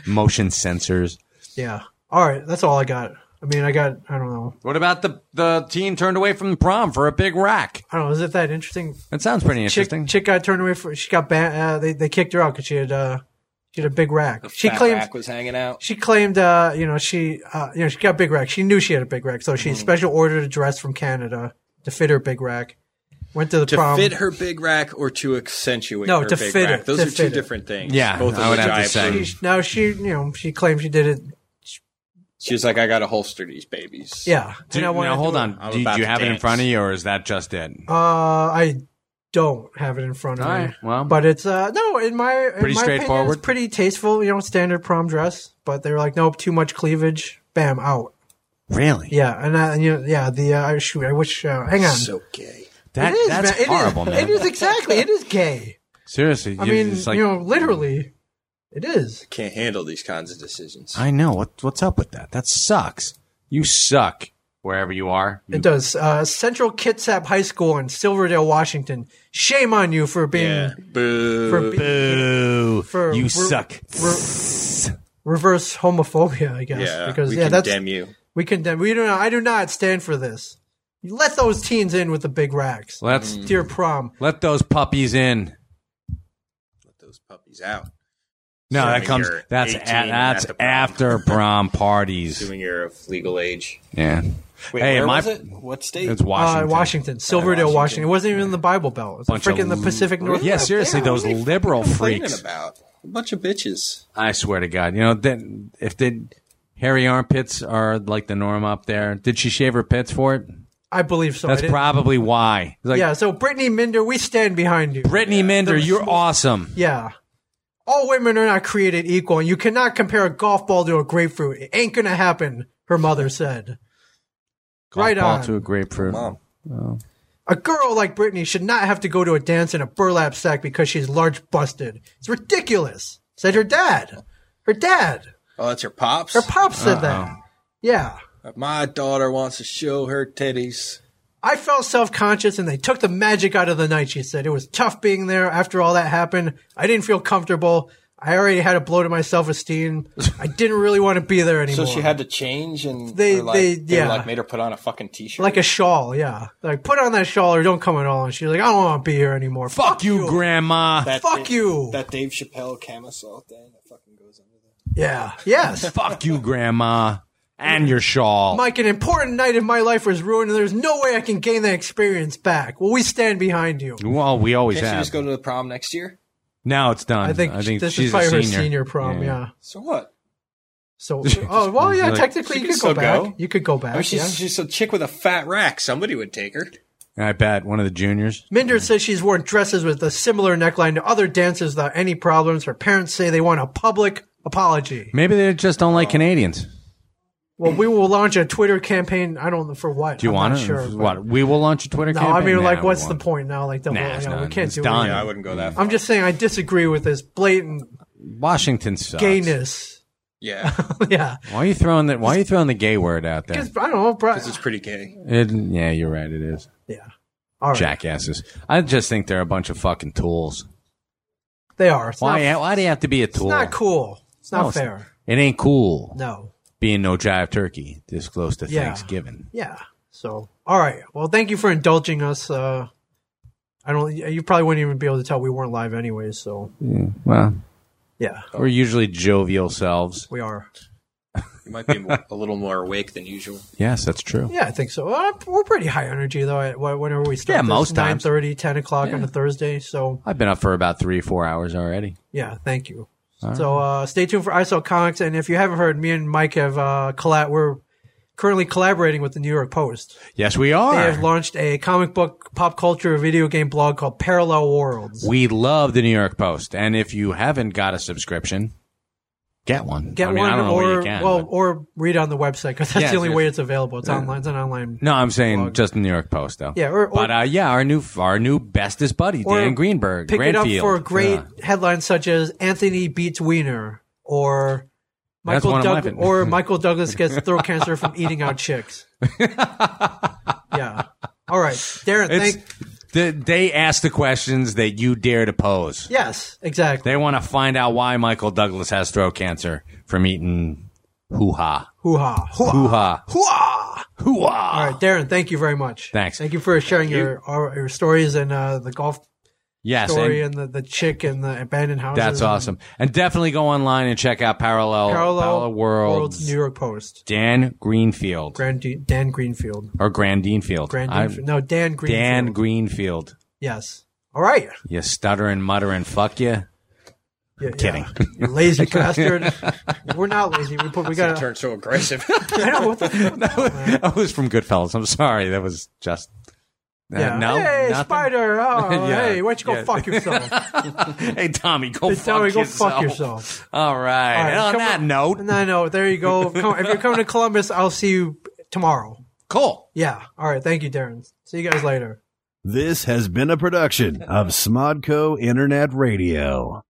S2: motion sensors.
S1: Yeah. All right, that's all I got. I mean, I got I don't know.
S2: What about the the teen turned away from prom for a big rack?
S1: I don't know. Is it that interesting?
S2: That sounds pretty
S1: Chick,
S2: interesting.
S1: chick got turned away for she got banned. Uh, they they kicked her out because she had uh she had a big rack. she
S3: Fat
S1: claimed
S3: Rack was hanging out.
S1: she claimed uh you know she uh you know she got a big rack. She knew she had a big rack, so she
S2: Mm-hmm.
S1: special ordered a dress from Canada to fit her big rack. Went to the
S3: To
S1: prom.
S3: fit her big rack or to accentuate
S1: No,
S3: her
S1: to
S3: big
S1: fit
S3: rack.
S1: it,
S3: Those
S1: to
S3: are
S1: fit
S3: two
S1: it.
S3: different things.
S2: Yeah,
S3: both of
S2: I would
S3: which
S2: have to
S3: I
S2: say.
S3: approve.
S1: She- now she you know she claimed she did it.
S3: She's like, I got to holster these babies.
S1: Yeah.
S2: Do-
S1: and I wanted
S2: now
S1: to
S2: hold
S1: do it.
S2: on.
S3: I'm
S2: Do, you-
S3: about
S2: do you
S3: to
S2: have it in
S3: dance.
S2: front of you, or is that just it?
S1: Uh, I don't have it in front of
S2: All
S1: me.
S2: right, well.
S1: but it's uh no in my in my
S2: Pretty
S1: opinion, it's
S2: straightforward.
S1: pretty tasteful. You know, standard prom dress. But they were like, nope, too much cleavage. Bam, out.
S2: Really?
S1: Yeah, and, I, and you know, yeah, the uh, I- shoot, I wish. Uh, hang on,
S3: So gay.
S2: That,
S1: it is,
S2: that's
S1: man. It is-
S2: horrible, man.
S1: It is exactly. It is gay.
S2: Seriously,
S1: I
S2: you-
S1: mean,
S2: it's like,
S1: you know, literally, it is.
S3: Can't handle these kinds of decisions.
S2: I know what what's up with that. That sucks. You suck wherever you are. You-
S1: It does. Uh, Central Kitsap High School in Silverdale, Washington. Shame on you for being
S3: yeah. Boo.
S1: for be-
S2: Boo!
S1: for
S2: Uh, you
S1: re-
S2: suck.
S1: Mm. re- reverse homophobia, I guess.
S3: yeah.
S1: because
S3: we
S1: yeah, that's
S3: condemn you.
S1: we condemn. We do not. I do not stand for this. You let those teens in with the big racks.
S2: Let's
S1: It's your prom.
S2: let those puppies in.
S3: Let those puppies out.
S2: No,
S3: Assuming
S2: that comes.
S3: you're
S2: That's a,
S3: 18 and at
S2: that's
S3: the prom.
S2: after prom parties.
S3: Assuming you're of legal age.
S2: Yeah.
S3: Wait,
S2: hey,
S3: where
S2: my
S3: was it? What state?
S2: it's Washington.
S1: Uh, Washington, Silverdale, Washington. It wasn't even in the Bible Belt. It's
S2: Bunch of
S1: freaking the
S2: l-
S1: Pacific Northwest.
S2: Yeah, seriously, those liberal
S3: Complaining
S2: freaks.
S3: about a bunch of bitches.
S2: I swear to God, you know, then if the hairy armpits are like the norm up there, did she shave her pits for it?
S1: I believe so. I
S2: That's
S1: didn't-
S2: probably why. It's like,
S1: yeah. So Brittany Minder, we stand behind you.
S2: Brittany Minder, you're awesome.
S1: Yeah. All women are not created equal, and you cannot compare a golf ball to a grapefruit. It ain't gonna happen, her mother said.
S2: Golf
S1: right
S2: ball
S1: on.
S2: to a grapefruit.
S3: Mom.
S1: A girl like Brittany should not have to go to a dance in a burlap sack because she's large busted. It's ridiculous, said her dad. Her dad.
S3: Oh, that's her pops? Uh,
S1: Her pop said that. Yeah.
S3: My daughter wants to show her titties.
S1: I felt self conscious and they took the magic out of the night, she said. It was tough being there after all that happened. I didn't feel comfortable. I already had a blow to my self esteem. I didn't really want to be there
S3: So
S1: anymore.
S3: she had to change and
S1: They-
S3: they, like,
S1: they-
S3: they,
S1: yeah.
S3: like made her put on a fucking t shirt.
S1: like a shawl, yeah. Like put on that shawl or don't come at all. And she's like, I don't want to be here anymore.
S2: Fuck you, grandma.
S1: fuck you.
S3: That Dave Chappelle camisole thing that fucking goes under there.
S1: yeah, yes.
S2: Fuck you, grandma. And your shawl.
S1: Mike, an important night in my life was ruined, and there's no way I can gain that experience back. Well, we stand behind you.
S2: well, we always
S3: Can't she
S2: have.
S3: just go to the prom next year?
S2: now it's done.
S1: I think, this
S2: she's
S1: is probably
S2: a
S1: her
S2: senior.
S1: senior prom, yeah.
S3: So what?
S1: So, oh well, yeah.
S2: Like-
S1: technically,
S3: She
S1: you
S3: can
S1: could go
S3: still
S1: back.
S3: go.
S1: You could go
S3: I mean,
S1: back.
S3: she's,
S1: yeah.
S3: she's a chick with a fat rack. Somebody would take her.
S2: I bet one of the juniors.
S1: Minder says she's worn dresses with a similar neckline to other dances without any problems. Her parents say they want a public apology.
S2: Maybe they just don't
S1: Oh.
S2: like Canadians.
S1: Well, we will launch a Twitter campaign. I don't know for what.
S2: Do you
S1: I'm
S2: want
S1: not
S2: it?
S1: Sure, but-
S2: what? We will launch a Twitter
S1: No,
S2: campaign.
S1: I mean,
S2: Nah,
S1: like,
S2: we
S1: what's the
S2: won't.
S1: point now? Like, the,
S2: Nah,
S1: well,
S2: it's
S1: you know, we
S2: done.
S1: can't
S2: It's
S1: do
S2: done.
S1: it.
S2: Yeah,
S3: I wouldn't go that far.
S1: I'm just saying, I disagree with this blatant
S2: Washington sucks.
S1: gayness.
S3: yeah,
S1: yeah,
S2: Why are you throwing that? Why are you throwing the gay word out there?
S1: because I don't know, bro.
S3: this is pretty gay.
S2: It, yeah, you're right. It is
S1: Yeah, all right,
S2: jackasses. I just think they're a bunch of fucking tools.
S1: they are. It's
S2: Why?
S1: Not,
S2: why do you have to be a
S1: it's
S2: tool?
S1: not cool. It's
S2: No,
S1: not
S2: it's-
S1: fair.
S2: It ain't cool
S1: No.
S2: being no jive turkey this close to
S1: Yeah.
S2: Thanksgiving.
S1: Yeah. So, all right. Well, thank you for indulging us. Uh, I don't. You probably wouldn't even be able to tell we weren't live anyways. So,
S2: Well,
S1: yeah,
S2: we're usually jovial selves.
S1: we are.
S3: You might be a little more awake than usual.
S2: Yes, that's true.
S1: Yeah, I think so. Uh, we're pretty high energy though. At, whenever we start,
S2: Yeah, most
S1: nine
S2: times.
S1: thirty, ten o'clock on a Thursday. So,
S2: I've been up for about three, four hours already.
S1: Yeah, thank you. so uh, stay tuned for ISO Comics, and if you haven't heard, me and Mike have uh, collab. We're currently collaborating with the New York Post.
S2: Yes, we
S1: They have
S2: are.
S1: launched a comic book, pop culture, video game blog called Parallel Worlds.
S2: We love the New York Post, and if you haven't got a subscription, get one.
S1: Get
S2: I mean,
S1: one
S2: I don't know
S1: or
S2: where you can.
S1: well,
S2: but-
S1: or read on the website because that's
S2: Yeah,
S1: the only
S2: it's-
S1: way it's available. It's online. It's an online.
S2: No, I'm saying just the New York Post, though.
S1: Yeah, or- or-
S2: but uh, yeah, our new our new bestest buddy
S1: Or
S2: Dan Greenberg,
S1: Pick it up
S2: Grandfield.
S1: for great
S2: Yeah.
S1: headlines such as Anthony beats Wiener or.
S2: That's
S1: Michael
S2: one of my
S1: Doug-
S2: fa-
S1: or Michael Douglas gets throat cancer from eating out chicks. yeah. All right, Darren.
S2: It's,
S1: Thank,
S2: the, they ask the questions that you dare to pose.
S1: yes, exactly.
S2: They want to find out why Michael Douglas has throat cancer from eating Hoo ha.
S1: Hoo ha. Hoo
S2: Hoo
S1: ha.
S2: ha.
S1: Hoo ha.
S2: Hoo
S1: All
S2: ha.
S1: right, Darren, thank you very much.
S2: Thanks.
S1: Thank you for sharing your, our, your stories and uh, the golf
S2: Yes.
S1: story
S2: And
S1: and the, the chick and the abandoned house.
S2: that's awesome. And definitely go online and check out Parallel,
S1: Parallel,
S2: Worlds.
S1: World's New York Post.
S2: Dan Greenfield
S1: Grand De- Dan Greenfield.
S2: or Grand Deanfield.
S1: Grand
S2: I'm-
S1: Greenfield. No, Dan Greenfield.
S2: Dan Greenfield.
S1: yes. All right.
S2: You stuttering, muttering, fuck you.
S1: Yeah,
S2: Kidding.
S1: yeah. You lazy bastard. We're not lazy. We put. We got.
S3: Turned so aggressive.
S1: I know what the. Fuck?
S2: that was from Goodfellas. I'm sorry. That was just. Uh,
S1: Yeah.
S2: No.
S1: hey,
S2: nothing?
S1: spider. Oh,
S2: Yeah.
S1: hey, why don't you go
S2: Yeah.
S1: fuck yourself?
S2: Hey, Tommy, go,
S1: Hey,
S2: fuck,
S1: Tommy, go
S2: yourself.
S1: fuck yourself.
S2: All right.
S1: All right,
S2: and on
S1: come
S2: that
S1: on.
S2: note,
S1: No, no. There you go. Come, if you're coming to Columbus, I'll see you tomorrow.
S2: cool.
S1: Yeah. All right. Thank you, Darren. See you guys later.
S5: This has been a production of Smodco Internet Radio.